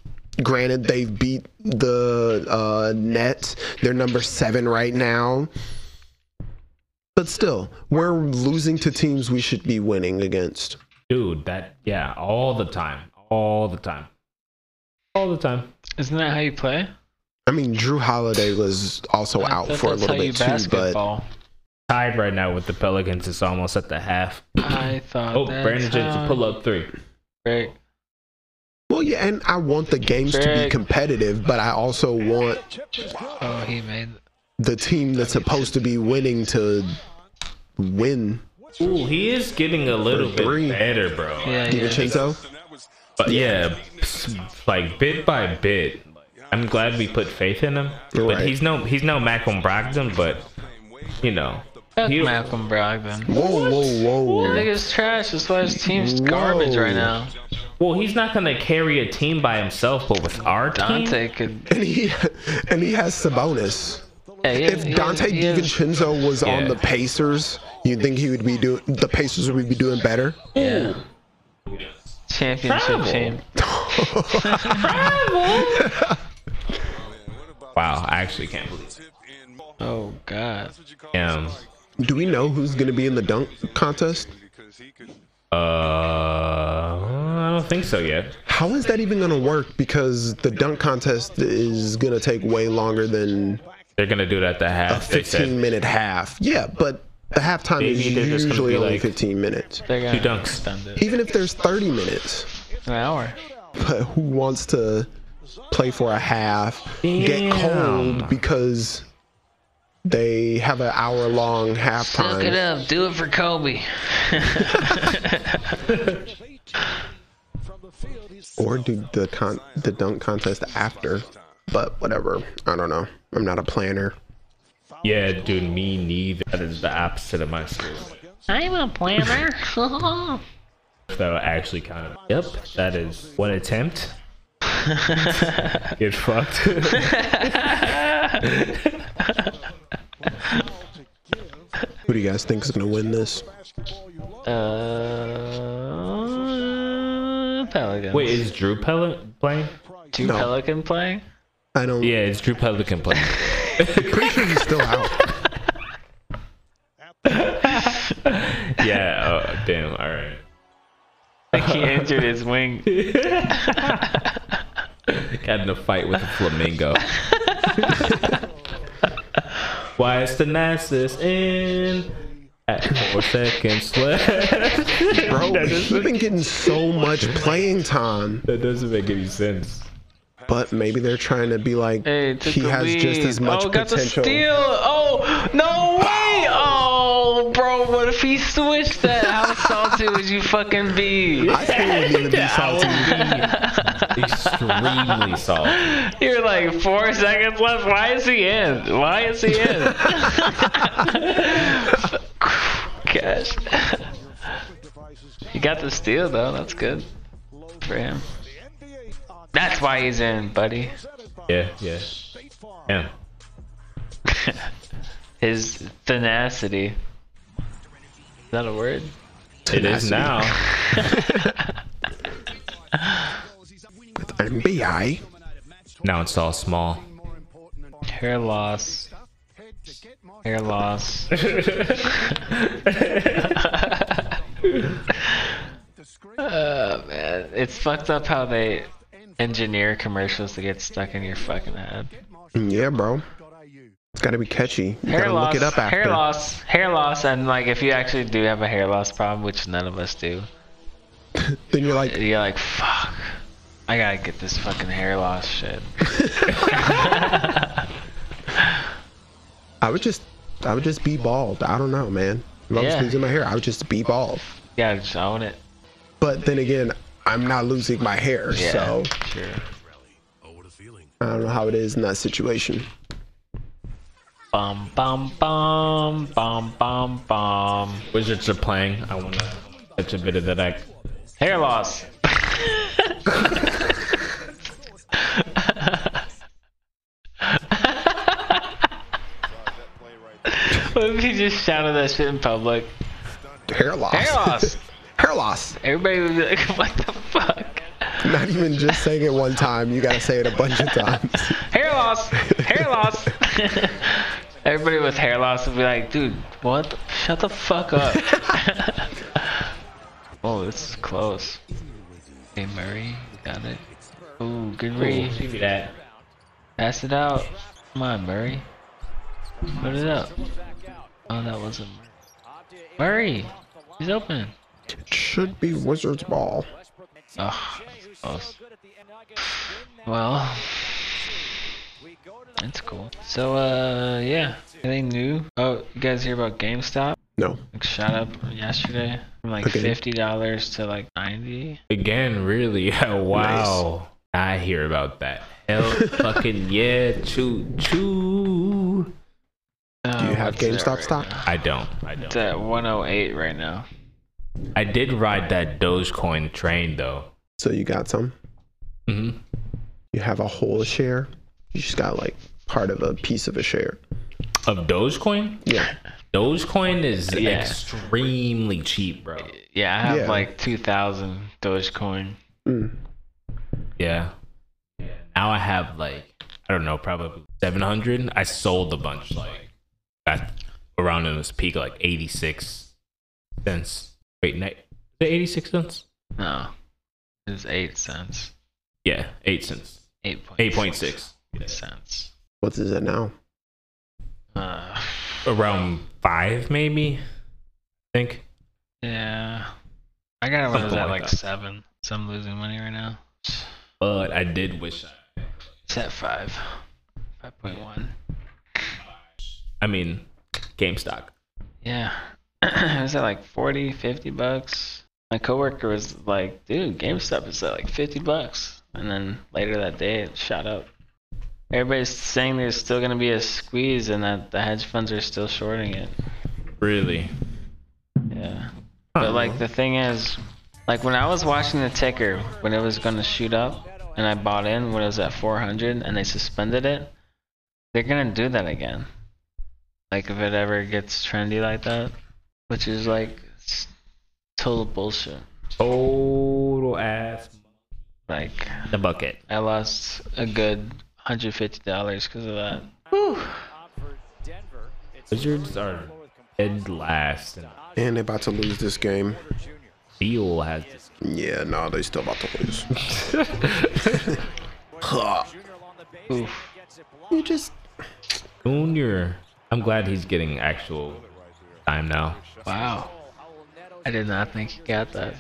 Speaker 3: granted they've beat the uh, Nets. They're number seven right now. But still, we're losing to teams we should be winning against.
Speaker 1: dude that yeah all the time all the time all the time
Speaker 2: Isn't that how you play?
Speaker 3: I mean, Drew Holiday was also
Speaker 2: I
Speaker 3: out
Speaker 2: thought
Speaker 3: for a
Speaker 2: that's
Speaker 3: little
Speaker 2: how you
Speaker 3: bit too, but
Speaker 2: basketball.
Speaker 1: tied right now with the pelicans it's almost at the half
Speaker 2: I thought.
Speaker 1: oh
Speaker 2: that's
Speaker 1: brandon jennings
Speaker 2: how-
Speaker 1: pull up three
Speaker 2: Great.
Speaker 3: well, yeah, and I want the games to be
Speaker 2: Greg.
Speaker 3: competitive, but I also want
Speaker 2: Oh, he made.
Speaker 3: the team that's supposed to be winning to win.
Speaker 1: Ooh, he is getting a little
Speaker 3: For
Speaker 1: bit
Speaker 3: three.
Speaker 1: better bro
Speaker 2: Yeah, yeah.
Speaker 3: Divincenzo,
Speaker 1: but yeah s- like bit by bit i'm glad we put faith in him
Speaker 3: You're
Speaker 1: but
Speaker 3: right.
Speaker 1: he's no he's no malcolm brogdon but you know
Speaker 2: Fuck
Speaker 1: he-
Speaker 2: Malcolm Brogdon.
Speaker 3: whoa, whoa,
Speaker 2: That
Speaker 3: whoa!
Speaker 2: nigga's trash. That's why his team's garbage
Speaker 3: Whoa.
Speaker 2: right now.
Speaker 1: Well, he's not gonna carry a team by himself, but with our team,
Speaker 2: Dante could.
Speaker 3: And he and he has Sabonis.
Speaker 2: Yeah, he
Speaker 3: If
Speaker 2: is- he is-
Speaker 3: Dante
Speaker 2: he is-
Speaker 3: DiVincenzo was on
Speaker 1: Yeah.
Speaker 3: the Pacers, you think he would be doing the Pacers would be doing better?
Speaker 2: yeah. Championship
Speaker 1: Travel.
Speaker 2: team.
Speaker 1: wow, I actually can't believe
Speaker 2: Oh God.
Speaker 1: him.
Speaker 3: Do we know who's going to be in the dunk contest?
Speaker 1: Uh, I don't think so yet.
Speaker 3: How is that even going to work? Because the dunk contest is going to take way longer than
Speaker 1: They're gonna do it at the
Speaker 3: a
Speaker 1: half. They
Speaker 3: 15
Speaker 1: said
Speaker 3: minute half. Yeah, but the halftime is
Speaker 1: Maybe they're just gonna
Speaker 3: usually
Speaker 1: be
Speaker 3: only
Speaker 1: like-
Speaker 3: 15 minutes.
Speaker 2: They're
Speaker 1: two
Speaker 2: gonna
Speaker 1: dunks.
Speaker 2: extend it.
Speaker 3: Even if there's 30 minutes,
Speaker 2: An hour.
Speaker 3: but who wants to play for a half, get
Speaker 1: Damn.
Speaker 3: cold because they have an hour long
Speaker 2: Suck it
Speaker 3: halftime?
Speaker 2: up. Do it for Kobe.
Speaker 3: Or do the con- the dunk contest after. But whatever. I don't know. I'm not a planner.
Speaker 1: Yeah, dude, me neither. That is the opposite of my school.
Speaker 2: I'm a planner.
Speaker 1: That'll actually kind of. Yep, that is one attempt. Get fucked.
Speaker 3: Who do you guys think is going to win this?
Speaker 2: uh, Pelicans.
Speaker 1: Wait, is Drew Pel- playing?
Speaker 2: two
Speaker 3: no.
Speaker 2: Pelican playing?
Speaker 3: I don't.
Speaker 1: Yeah, it's Drew Pelican playing.
Speaker 3: Pretty sure he's still out.
Speaker 1: Yeah. Oh, damn. All right.
Speaker 2: I think he injured his wing.
Speaker 1: Got in a fight with a flamingo. Why is the Nasus in? At four seconds left.
Speaker 3: Bro,
Speaker 1: That
Speaker 3: he's
Speaker 1: doesn't-
Speaker 3: been getting so much playing time,
Speaker 1: That doesn't make any sense.
Speaker 3: but maybe they're trying to be like
Speaker 2: Hey, took
Speaker 3: he
Speaker 2: the
Speaker 3: has just
Speaker 2: lead.
Speaker 3: as much
Speaker 2: oh, got
Speaker 3: potential.
Speaker 2: The steal. Oh, no way. Oh, bro, what if he switched that? How salty would you fucking be?
Speaker 3: I still wouldn't even be salty.
Speaker 1: Extremely solid.
Speaker 2: You're like four seconds left. Why is he in? Why is he in? Gosh. He got the steal though. That's good for him. That's why he's in, buddy.
Speaker 1: Yeah, yeah. Yeah.
Speaker 2: His tenacity. Is that a word?
Speaker 1: It is now.
Speaker 3: MBI.
Speaker 1: Now it's all small.
Speaker 2: Hair loss. Hair loss. Uh, man, it's fucked up how they engineer commercials to get stuck in your fucking head.
Speaker 3: Yeah, bro. It's got to be catchy. You
Speaker 2: Hair
Speaker 3: gotta
Speaker 2: loss,
Speaker 3: look it up after.
Speaker 2: hair loss, hair loss, and like if you actually do have a hair loss problem, which none of us do,
Speaker 3: Then you're like,
Speaker 2: you're like, fuck, I gotta get this fucking hair loss shit.
Speaker 3: I would just, I would just be bald. I don't know, man. If I was
Speaker 2: Yeah.
Speaker 3: losing my hair, I would just be bald.
Speaker 2: You gotta just own it.
Speaker 3: But then again, I'm not losing my hair,
Speaker 2: Yeah,
Speaker 3: so
Speaker 2: sure.
Speaker 3: I don't know how it is in that situation.
Speaker 2: Bum bum bum bum bum bum.
Speaker 1: Wizards are playing. I want to catch a bit of that act.
Speaker 2: Hair loss. what if he just shouted that shit in public?
Speaker 3: Hair loss.
Speaker 2: Hair loss.
Speaker 3: hair loss.
Speaker 2: Everybody would be like, "What the fuck?
Speaker 3: Not even just saying it one time. You gotta say it a bunch of times.
Speaker 2: Hair loss. Hair loss." Everybody with hair loss would be like, "Dude, what? the- Shut the fuck up." oh, this is close. Hey Murray, got it. Ooh, good read.
Speaker 1: Give me that.
Speaker 2: Pass it out. Come on, Murray. Put it up. Oh, that wasn't Murray. Murray! He's open.
Speaker 3: Should be Wizards ball.
Speaker 2: Oh, close. Well, that's cool. So, uh, yeah. Anything new? Oh, you guys hear about GameStop?
Speaker 3: No.
Speaker 2: Like, shot up yesterday from like
Speaker 3: Okay.
Speaker 2: fifty dollars to like ninety.
Speaker 1: Again, really? Yeah, wow. I hear about that. Hell fucking yeah, choo choo.
Speaker 2: Uh,
Speaker 3: Do you have
Speaker 2: what's that
Speaker 3: GameStop
Speaker 2: right
Speaker 3: stock?
Speaker 2: now?
Speaker 1: I don't. I don't.
Speaker 2: It's at one oh eight right now.
Speaker 1: I did ride that Dogecoin train though.
Speaker 3: So you got some.
Speaker 1: Mhm.
Speaker 3: You have a whole share. You just got like part of a piece of a share.
Speaker 1: Of Dogecoin?
Speaker 3: Yeah.
Speaker 1: Dogecoin is
Speaker 2: Yeah.
Speaker 1: extremely cheap, bro.
Speaker 2: Yeah, I have
Speaker 3: Yeah.
Speaker 2: like two thousand Dogecoin.
Speaker 3: Mm.
Speaker 1: Yeah. Now I have like I don't know, probably 700. I sold a bunch like at around in this peak like 86 cents. Wait, ni- is it 86 cents?
Speaker 2: No, it's eight cents.
Speaker 1: Yeah, 8 cents.
Speaker 2: Eight point
Speaker 1: 8.6.
Speaker 2: cents.
Speaker 3: What is it now?
Speaker 2: Uh,
Speaker 1: Around 5 maybe. I think.
Speaker 2: yeah, I got it when it was
Speaker 1: Something
Speaker 2: at
Speaker 1: like
Speaker 2: like
Speaker 1: that.
Speaker 2: seven. So I'm losing money right now.
Speaker 1: But I did wish I,
Speaker 2: It's at five, five point one.
Speaker 1: I mean, GameStop.
Speaker 2: Yeah. it was at like 40, 50 bucks. My coworker was like, dude, GameStop is at like 50 bucks. And then later that day, it shot up. Everybody's saying there's still going to be a squeeze and that the hedge funds are still shorting it.
Speaker 1: Really?
Speaker 2: Yeah. But like the thing is, like when I was watching the ticker when it was going to shoot up and I bought in when it was at 400 and they suspended it, they're going to do that again. Like if it ever gets trendy like that, which is like s- total bullshit.
Speaker 1: Total ass
Speaker 2: Like
Speaker 1: in the bucket.
Speaker 2: I lost a good $150 because of that.
Speaker 1: Wizards are dead last. And
Speaker 3: And they're about to lose this game.
Speaker 1: Beal has
Speaker 3: Yeah, no, they still about to lose. you just
Speaker 1: Junior. I'm glad he's getting actual time now.
Speaker 2: Wow. I did not think he got that.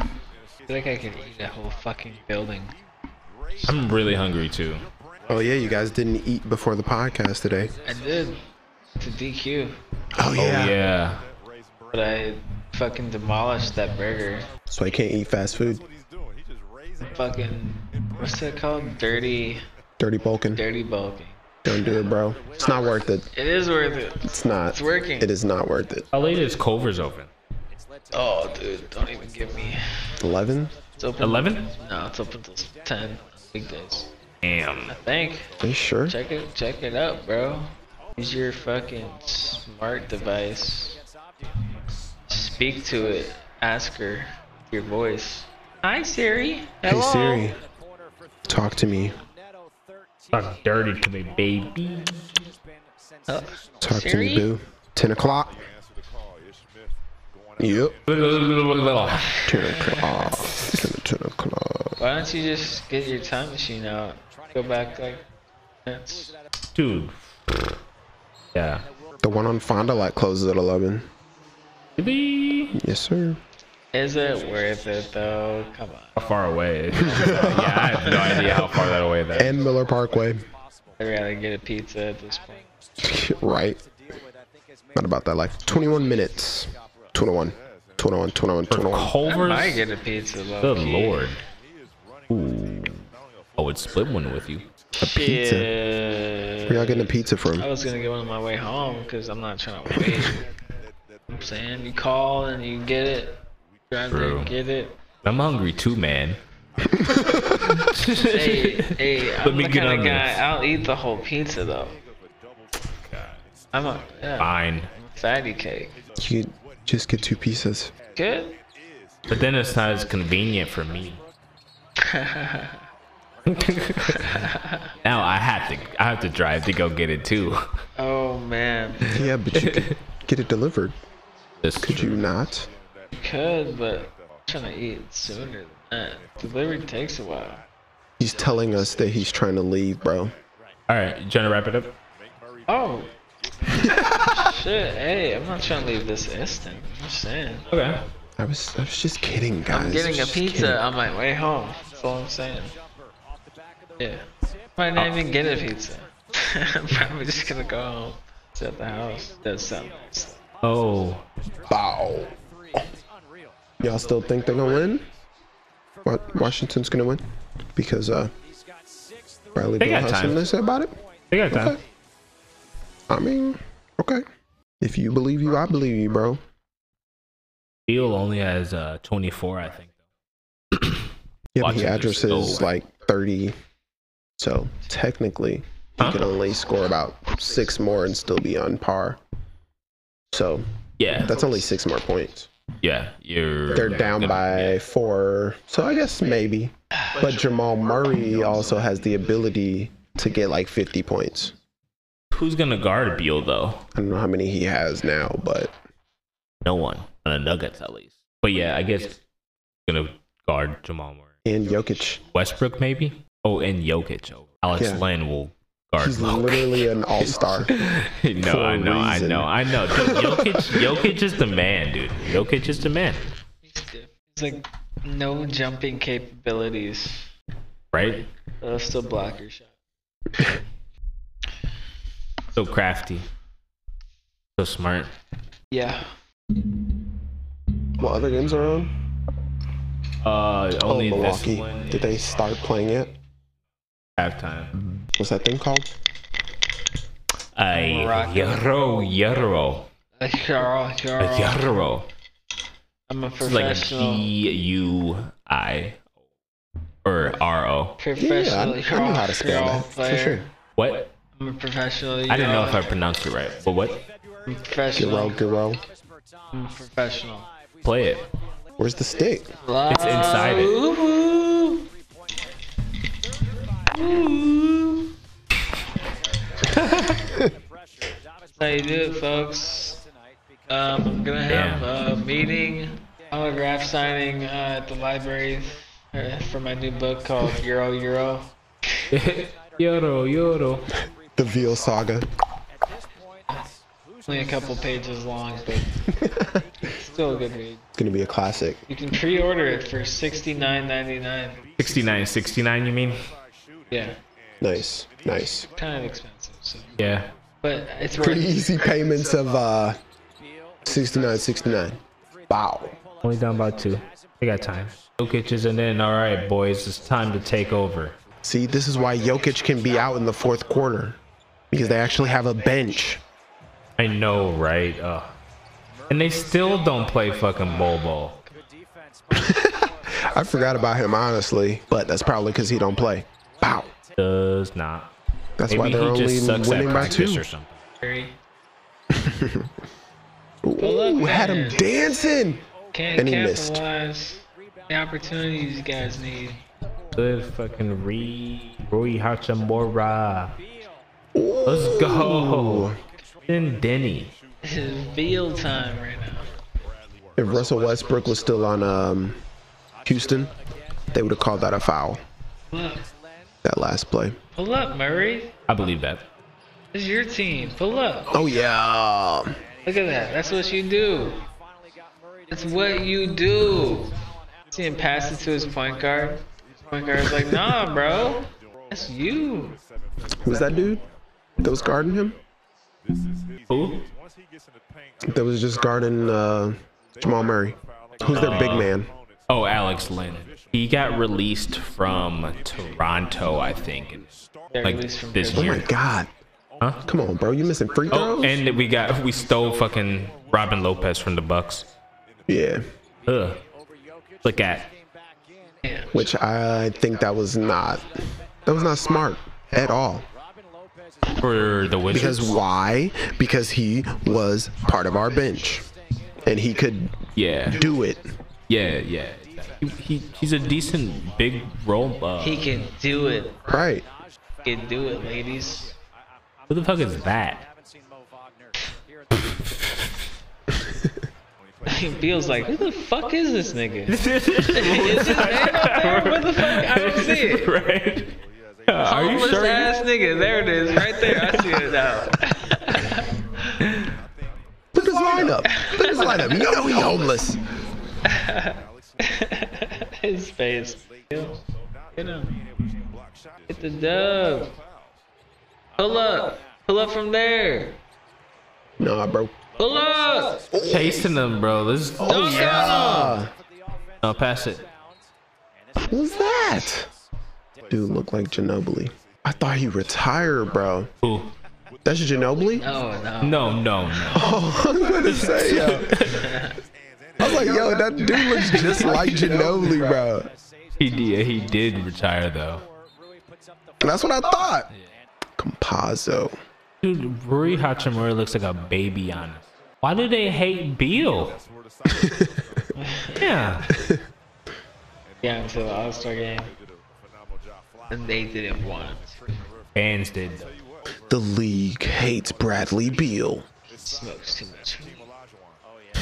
Speaker 2: I feel like I could eat that whole fucking building.
Speaker 1: I'm really hungry too.
Speaker 3: Oh yeah, you guys didn't eat before the podcast today.
Speaker 2: I did. To DQ.
Speaker 3: Oh
Speaker 1: Oh
Speaker 3: yeah.
Speaker 1: yeah.
Speaker 2: But I fucking demolished that burger.
Speaker 3: So I can't eat fast food.
Speaker 2: Fucking. What's that called? Dirty.
Speaker 3: Dirty bulking.
Speaker 2: Dirty bulking.
Speaker 3: Don't do it, bro. It's not worth it.
Speaker 2: It is worth it.
Speaker 3: It's not.
Speaker 2: It's working.
Speaker 3: It is not worth it.
Speaker 1: How late is Culver's open?
Speaker 2: Oh, dude. Don't even give me.
Speaker 3: Eleven?
Speaker 2: It's open.
Speaker 1: 11?
Speaker 2: No, it's open till 10 on weekdays.
Speaker 1: Damn.
Speaker 2: I think.
Speaker 3: Are you sure?
Speaker 2: Check it, check it out, bro. Use your fucking smart device. Speak to it. Ask her your voice. Hi Siri.
Speaker 3: Hey
Speaker 2: Hello.
Speaker 3: Siri, talk to me.
Speaker 1: Talk dirty to me, baby.
Speaker 2: Oh,
Speaker 3: Talk
Speaker 2: Siri?
Speaker 3: to me, boo. Ten o'clock. Yep. Ten o'clock. Ten, ten o'clock.
Speaker 2: Why don't you just get your time machine out? Go back like. minutes.
Speaker 1: Dude. Yeah.
Speaker 3: The one on Fond du Lac closes at eleven.
Speaker 1: Really?
Speaker 3: Yes, sir.
Speaker 2: Is it worth it though? Come on.
Speaker 1: How far away? is- yeah, I have no idea how far that away that is.
Speaker 3: And Miller Parkway.
Speaker 2: I'd rather get a pizza at this point.
Speaker 3: right. Not about that life. 21 minutes. 21. 21, 21, 21.
Speaker 2: I might
Speaker 1: Culver's.
Speaker 2: get a pizza.
Speaker 1: Good
Speaker 2: low-key.
Speaker 1: lord. Ooh. I would split one with you.
Speaker 2: Shit.
Speaker 3: Where y'all getting a pizza from?
Speaker 2: I was gonna get one on my way home because I'm not trying to wait. I'm saying you call and you get it, drive there,
Speaker 1: True.
Speaker 2: get it.
Speaker 1: I'm hungry too, man.
Speaker 2: Hey, hey, I'm
Speaker 1: me
Speaker 2: the
Speaker 1: get
Speaker 2: kind of
Speaker 1: on
Speaker 2: guy.
Speaker 1: this.
Speaker 2: I'll eat the whole pizza though. I'm a yeah,
Speaker 1: Fine.
Speaker 2: fatty cake.
Speaker 3: You could just get two pizzas.
Speaker 2: Good.
Speaker 1: But then it's not as convenient for me. now I have to I have to drive to go get it too.
Speaker 2: Oh man,
Speaker 3: Yeah, but you could get it delivered.
Speaker 1: This
Speaker 3: Could you not?
Speaker 2: could but I'm trying to eat sooner than that. Delivery takes a while.
Speaker 3: He's telling us that he's trying to leave, bro.
Speaker 1: All right, you trying to wrap it up?
Speaker 2: Oh. Shit, hey, I'm not trying to leave this instant. I'm just saying.
Speaker 1: Okay.
Speaker 3: I was, I was just kidding, guys.
Speaker 2: I'm getting a
Speaker 3: Just
Speaker 2: pizza
Speaker 3: kidding.
Speaker 2: on my way home. That's all I'm saying. Yeah. Might not even get a pizza. I'm probably just gonna go home. Sit at the house. Does something. nice.
Speaker 1: Oh,
Speaker 3: Bow. Y'all still think they're gonna win? Wa- Washington's gonna win because uh, Riley
Speaker 1: They got
Speaker 3: Bilhausen
Speaker 1: time.
Speaker 3: didn't say about it.
Speaker 1: they got time.
Speaker 3: Okay. I mean, okay. If you believe you, I believe you, bro.
Speaker 1: Beal only has uh 24, I think.
Speaker 3: Yeah, but he
Speaker 1: Washington's
Speaker 3: addresses
Speaker 1: so-
Speaker 3: like 30. So technically, he
Speaker 1: Huh?
Speaker 3: can only score about six more and still be on par. So
Speaker 1: Yeah.
Speaker 3: that's only six more points.
Speaker 1: Yeah. You're.
Speaker 3: They're down
Speaker 1: gonna-
Speaker 3: by four. So I guess maybe. But Jamal Murray also has the ability to get like 50 points.
Speaker 1: Who's gonna guard Beal though?
Speaker 3: I don't know how many he has now, but
Speaker 1: No one. On the Nuggets at least. But yeah, I guess gonna guard Jamal Murray.
Speaker 3: and Jokic.
Speaker 1: Westbrook maybe. Oh, and Jokic. Oh, Alex
Speaker 3: Yeah.
Speaker 1: Lynn will guard.
Speaker 3: He's
Speaker 1: Jokic.
Speaker 3: literally an all star.
Speaker 1: no,
Speaker 3: for
Speaker 1: I know, I
Speaker 3: reason.
Speaker 1: know, I know. Dude, Jokic, Jokic is the man, dude. Jokic is the man,
Speaker 2: It's like no jumping capabilities.
Speaker 1: right?
Speaker 2: But I'll still block your shot.
Speaker 1: So crafty, so smart.
Speaker 2: Yeah.
Speaker 3: What other games are on?
Speaker 1: Uh,
Speaker 3: Oh,
Speaker 1: only this
Speaker 3: Milwaukee.
Speaker 1: one
Speaker 3: Did they start playing it?
Speaker 1: halftime.
Speaker 3: What's that thing called?
Speaker 1: Ay,
Speaker 2: Milwaukee.
Speaker 1: yarrow, yarrow,
Speaker 2: Like, Carl, Carl,
Speaker 1: yarrow.
Speaker 2: I'm a
Speaker 1: It's like
Speaker 2: professional.
Speaker 1: G U I or R O.
Speaker 3: Yeah, I, I
Speaker 2: professional
Speaker 3: know how to spell
Speaker 2: Carl
Speaker 3: that for
Speaker 2: player.
Speaker 3: sure.
Speaker 1: What?
Speaker 2: I'm a professional.
Speaker 1: I didn't know if I pronounced it right, but what?
Speaker 2: I'm
Speaker 3: Giro,
Speaker 2: professional.
Speaker 3: Giro.
Speaker 2: I'm a professional.
Speaker 1: Play it.
Speaker 3: Where's the stick?
Speaker 1: It's inside it.
Speaker 2: Woohoo! That's how you do it, folks. Um, I'm gonna have a meeting, autograph signing uh, at the library uh, for my new book called Euro Euro.
Speaker 1: Yoro, yoro.
Speaker 3: The Veal Saga.
Speaker 2: Only a couple pages long, but still a good read.
Speaker 3: It's gonna be a classic.
Speaker 2: You can pre-order it for $69.99.
Speaker 1: 69, 69, you mean?
Speaker 2: Yeah,
Speaker 3: Nice, nice.
Speaker 2: kind of expensive, so.
Speaker 1: Yeah.
Speaker 2: but it's worth
Speaker 3: Pretty
Speaker 2: it.
Speaker 3: easy payments of uh, 69, 69. Wow.
Speaker 1: Only down by two. They got time. Jokic isn't in. All right, boys. It's time to take over.
Speaker 3: See, this is why Jokic can be out in the fourth quarter because they actually have a bench.
Speaker 1: I know, right? Uh, and they still don't play fucking bowl ball.
Speaker 3: I forgot about him honestly, but that's probably because he don't play. Wow.
Speaker 1: Does not.
Speaker 3: That's why
Speaker 1: Maybe
Speaker 3: they're
Speaker 1: he just
Speaker 3: only
Speaker 1: sucks at
Speaker 3: winning by
Speaker 1: practice
Speaker 3: two.
Speaker 1: or something.
Speaker 2: Very-
Speaker 3: Ooh, had him
Speaker 2: there.
Speaker 3: dancing.
Speaker 2: Can't
Speaker 3: And he missed.
Speaker 2: capitalize the opportunities you guys need.
Speaker 1: Good fucking re Rui Hachimura. Let's
Speaker 3: Ooh.
Speaker 1: go. Then Denny.
Speaker 2: This is Beal time right now.
Speaker 3: If Russell Westbrook was still on um, Houston, they would have called that a foul.
Speaker 2: Pull up,
Speaker 3: That last play.
Speaker 2: pull up, Murray.
Speaker 1: I believe that.
Speaker 2: This is your team. Pull up.
Speaker 3: Oh yeah.
Speaker 2: Look at that. That's what you do. That's what you do. See him pass it to his point guard. Point guard's like, nah, bro. That's you.
Speaker 3: Was that dude that was guarding him?
Speaker 1: Who?
Speaker 3: That was just guarding uh, Jamal Murray. Who's their big man?
Speaker 1: Oh, Alex Lynn. He got released from Toronto, I think.
Speaker 2: Got
Speaker 1: Like,
Speaker 2: released from
Speaker 1: this
Speaker 3: Oh
Speaker 2: prison.
Speaker 1: year.
Speaker 3: my God. Come on, bro. You missing free throws?
Speaker 1: Oh, and we got we stole fucking Robin Lopez from the Bucks.
Speaker 3: yeah.
Speaker 1: Ugh. Look at
Speaker 2: Yeah.
Speaker 3: Which I think that was not. That was not smart at all.
Speaker 1: for the Wizards.
Speaker 3: Because why? Because he was part of our bench, and he could
Speaker 1: yeah,
Speaker 3: do it.
Speaker 1: yeah, yeah. He, he he's a decent big role. Uh,
Speaker 2: He can do it.
Speaker 3: Right.
Speaker 2: He can do it, ladies.
Speaker 1: who the fuck is that?
Speaker 2: Beal's like, who the fuck is this nigga? is this man up there? What the fuck? I don't see it.
Speaker 1: right? Uh, are you
Speaker 2: Homeless
Speaker 1: sure?
Speaker 2: ass nigga. There it is, right there. I see it now.
Speaker 3: Look at his lineup. Look at his lineup. You know he's homeless.
Speaker 2: His face. Get him. Get the dub. Pull up. Pull up from there.
Speaker 3: Nah, bro.
Speaker 2: Pull up.
Speaker 1: Chasing them, bro. This is-
Speaker 2: Dunk on him.
Speaker 3: Uh,
Speaker 1: no pass it.
Speaker 3: who's that? Dude look like Ginobili. I thought he retired, bro.
Speaker 1: Ooh.
Speaker 3: That's Ginobili?
Speaker 2: Oh no.
Speaker 1: No, no, no.
Speaker 3: Oh, I was gonna say, yo. I was like, yo, that dude looks just like Ginobili, bro.
Speaker 1: He did. He did retire though.
Speaker 3: And that's what I thought. Compazzo.
Speaker 1: Dude, Rui Hachimura looks like a baby on us. Why do they hate Beal? yeah.
Speaker 2: Yeah, until the All Star game. And they didn't want.
Speaker 1: Fans did. though.
Speaker 3: The league hates Bradley Beal.
Speaker 2: Smokes too much. weed.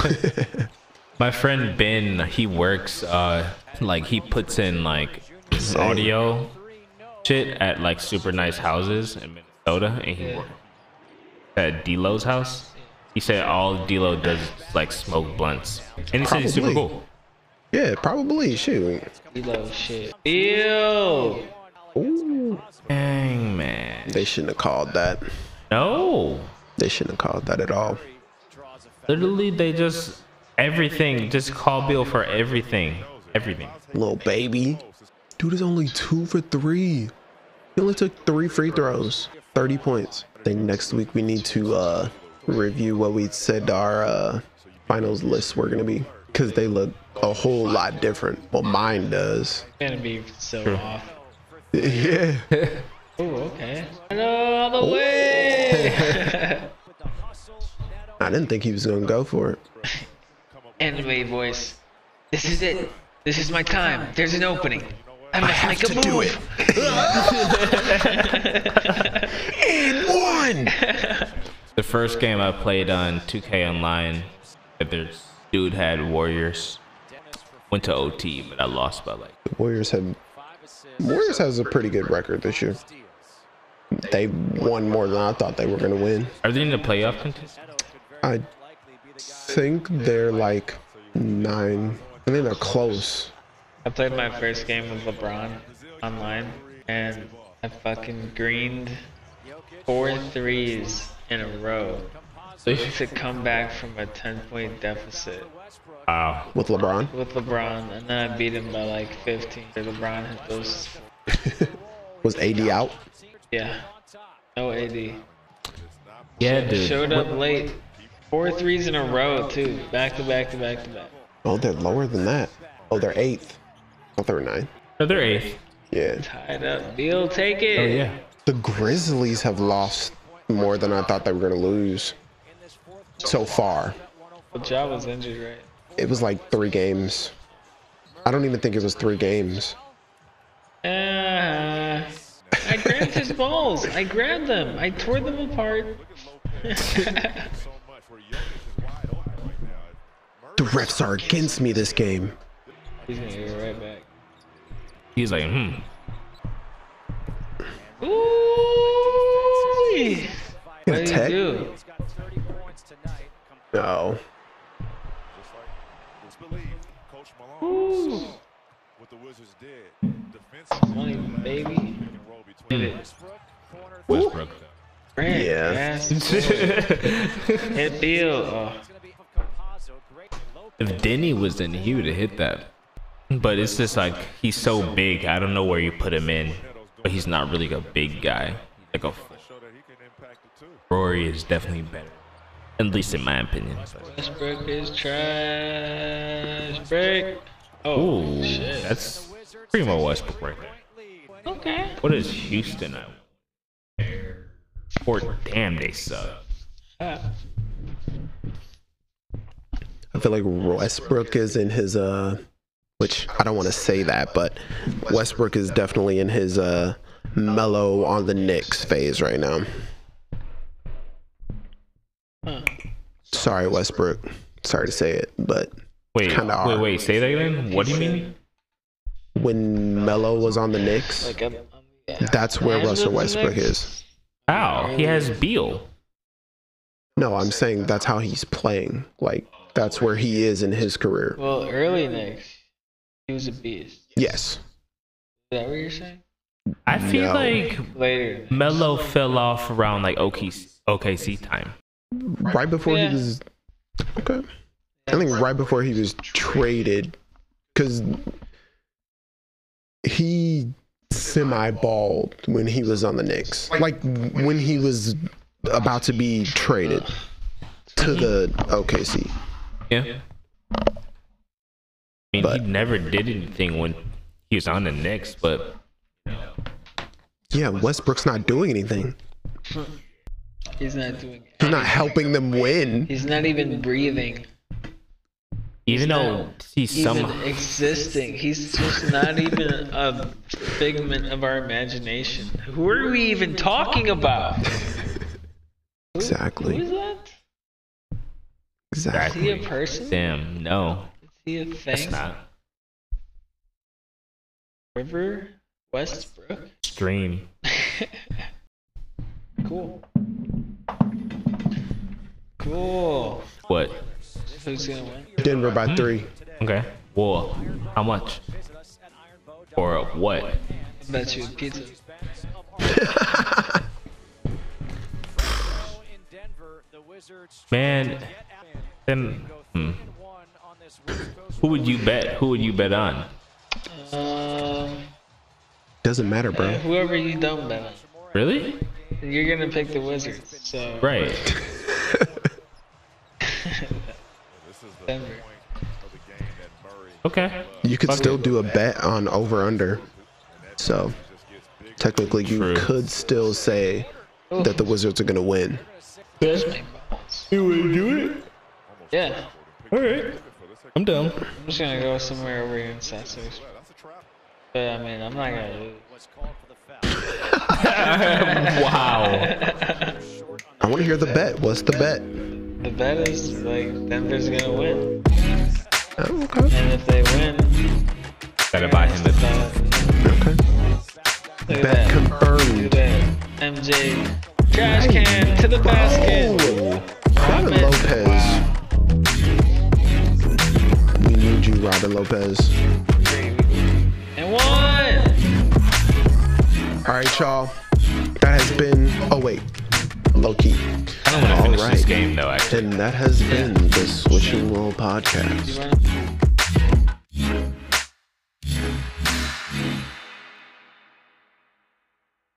Speaker 1: My friend Ben, he works, uh, like, he puts in, like, this audio shit at, like, super nice houses in Minnesota, and he works at D-Lo's house. He said all D-Lo does is, like, smoke blunts. And he said he's super
Speaker 3: Probably.
Speaker 1: cool.
Speaker 3: Yeah, probably. Shoot.
Speaker 2: He loves shit. Ew.
Speaker 3: Ooh.
Speaker 1: Dang, man.
Speaker 3: They shouldn't have called that.
Speaker 1: No.
Speaker 3: They shouldn't have called that at all.
Speaker 1: Literally, they just everything. Just call Bill for everything. Everything.
Speaker 3: Little baby. Dude is only two for three. He only took three free throws. 30 points. I think next week we need to uh, review what we said our uh, finals lists were going to be. Because they look a whole lot different. Well, mine does.
Speaker 2: Gonna be so off.
Speaker 3: Yeah.
Speaker 2: Oh, okay. No, all the
Speaker 1: Oh.
Speaker 2: way.
Speaker 3: I didn't think he was going to go for it.
Speaker 2: Anime voice. This is it. This is my time. There's an opening. I must
Speaker 3: have
Speaker 2: make a
Speaker 3: to
Speaker 2: move.
Speaker 3: do it. One.
Speaker 1: The first game I played on 2K Online, there's dude had Warriors. Went to OT, but I lost by like.
Speaker 3: Warriors have Warriors has a pretty good record this year. They won more than I thought they were going to win.
Speaker 1: Are they in the playoff contest?
Speaker 3: I think they're like nine. I think they're close.
Speaker 2: I played my first game with LeBron online, and I fucking greened four threes in a row to come back from a 10 point deficit
Speaker 1: Wow.
Speaker 3: with LeBron.
Speaker 2: with LeBron, and then I beat him by like 15. LeBron hit those.
Speaker 3: Was AD out?
Speaker 2: Yeah. No AD.
Speaker 1: Yeah, dude.
Speaker 2: Showed up late. Four threes in a row, too. Back to back to back to back.
Speaker 3: Oh, they're lower than that. Oh, they're eighth. I thought they were nine.
Speaker 1: No, they're eighth.
Speaker 3: Yeah.
Speaker 2: Tied up. Beal, take it.
Speaker 1: Oh yeah.
Speaker 3: The Grizzlies have lost more than I thought they were going to lose so far.
Speaker 2: Well, Ja was injured, right?
Speaker 3: It was like three games. I don't even think it was three games.
Speaker 2: Uh, I grabbed his balls. I grabbed them. I tore them apart.
Speaker 3: The refs are against me this game.
Speaker 2: He's gonna get right back.
Speaker 1: He's like, hmm.
Speaker 2: Ooh!
Speaker 3: Get
Speaker 2: What
Speaker 3: a
Speaker 2: did he
Speaker 3: tech?
Speaker 2: do?
Speaker 3: No.
Speaker 2: Money, baby.
Speaker 1: Westbrook.
Speaker 2: Grant,
Speaker 3: Yeah.
Speaker 2: yes, hit Beal. Oh,
Speaker 1: If Denny was in, he would have hit that. But it's just like he's so big. I don't know where you put him in, but he's not really a big guy. Like a Rory is definitely better, at least in my opinion.
Speaker 2: Westbrook is trash. Break. Oh,
Speaker 1: Ooh, that's Primo Westbrook right there.
Speaker 2: okay.
Speaker 1: What is Houston at? Or damn, they suck.
Speaker 2: Ah,
Speaker 3: I feel like Westbrook is in his uh which I don't want to say that, but Westbrook is definitely in his uh mellow on the Knicks phase right now. Sorry, Westbrook. Sorry to say it, but
Speaker 1: Wait,
Speaker 3: Kinda
Speaker 1: wait,
Speaker 3: odd.
Speaker 1: wait. Say that again. What do you mean?
Speaker 3: when Melo was on the Knicks,
Speaker 2: like I'm, I'm, yeah.
Speaker 3: that's where
Speaker 2: Rams
Speaker 3: Russell
Speaker 2: with the
Speaker 3: Westbrook
Speaker 2: Knicks?
Speaker 3: is.
Speaker 1: How he has Beal?
Speaker 3: No, I'm saying that's how he's playing. Like that's where he is in his career.
Speaker 2: Well, early Knicks, he was a beast. Is
Speaker 3: Yes.
Speaker 2: that what you're saying?
Speaker 1: I feel
Speaker 3: No.
Speaker 1: like
Speaker 2: Later.
Speaker 1: Melo fell off around like OKC, OKC time.
Speaker 3: Right before
Speaker 2: Yeah.
Speaker 3: he was Okay. I think right before he was traded, because he semi balled when he was on the Knicks. Like when he was about to be traded to the OKC.
Speaker 1: Yeah. I mean,
Speaker 3: But-
Speaker 1: he never did anything when he was on the Knicks, but
Speaker 3: Yeah, Westbrook's not doing anything.
Speaker 2: He's not doing it.
Speaker 3: He's not helping them win.
Speaker 2: He's not even breathing.
Speaker 1: even though
Speaker 2: not
Speaker 1: he's
Speaker 2: Even
Speaker 1: some
Speaker 2: existing. He's just not even a figment of our imagination. Who are we even talking about? Who
Speaker 3: Exactly.
Speaker 2: is that? Is
Speaker 3: Exactly.
Speaker 2: he a person? Is
Speaker 1: damn no,
Speaker 2: he a
Speaker 1: that's
Speaker 2: thing?
Speaker 1: not
Speaker 2: River Westbrook?
Speaker 1: stream.
Speaker 2: Cool. Cool.
Speaker 1: What?
Speaker 2: Who's gonna win?
Speaker 3: Denver by three.
Speaker 1: Okay. Well, how much? Or what?
Speaker 2: I bet you a pizza.
Speaker 1: Man, then hmm. who would you bet? Who would you bet on?
Speaker 2: Um,
Speaker 3: Doesn't matter, bro.
Speaker 2: whoever you don't bet on.
Speaker 1: Really?
Speaker 2: You're gonna pick the Wizards, so
Speaker 1: Right.
Speaker 2: Denver.
Speaker 1: Okay.
Speaker 3: You could still do a bet on over under. So technically, you
Speaker 1: True.
Speaker 3: could still say that the Wizards are going to win.
Speaker 1: You would do it.
Speaker 2: Yeah.
Speaker 1: All right. I'm down.
Speaker 2: I'm just gonna go somewhere over here in Sassy. But I mean, I'm not gonna lose.
Speaker 5: was called for the foul.
Speaker 1: wow.
Speaker 3: I want to hear the bet. What's the bet?
Speaker 2: The bet is like Denver's gonna win,
Speaker 3: Oh, okay.
Speaker 2: and if they win,
Speaker 1: Gotta buy him a
Speaker 2: the
Speaker 3: Okay.
Speaker 2: look at
Speaker 3: Bet
Speaker 2: that. Look at
Speaker 3: confirmed.
Speaker 2: that. MJ trash can to the basket.
Speaker 3: Oh, Robin Lopez. We need you, Robin Lopez.
Speaker 2: And one.
Speaker 3: All right, y'all. That has been. Oh wait, low key.
Speaker 1: I don't want to finish this
Speaker 3: right.
Speaker 1: game though. Actually.
Speaker 3: And that has been the Switching World podcast.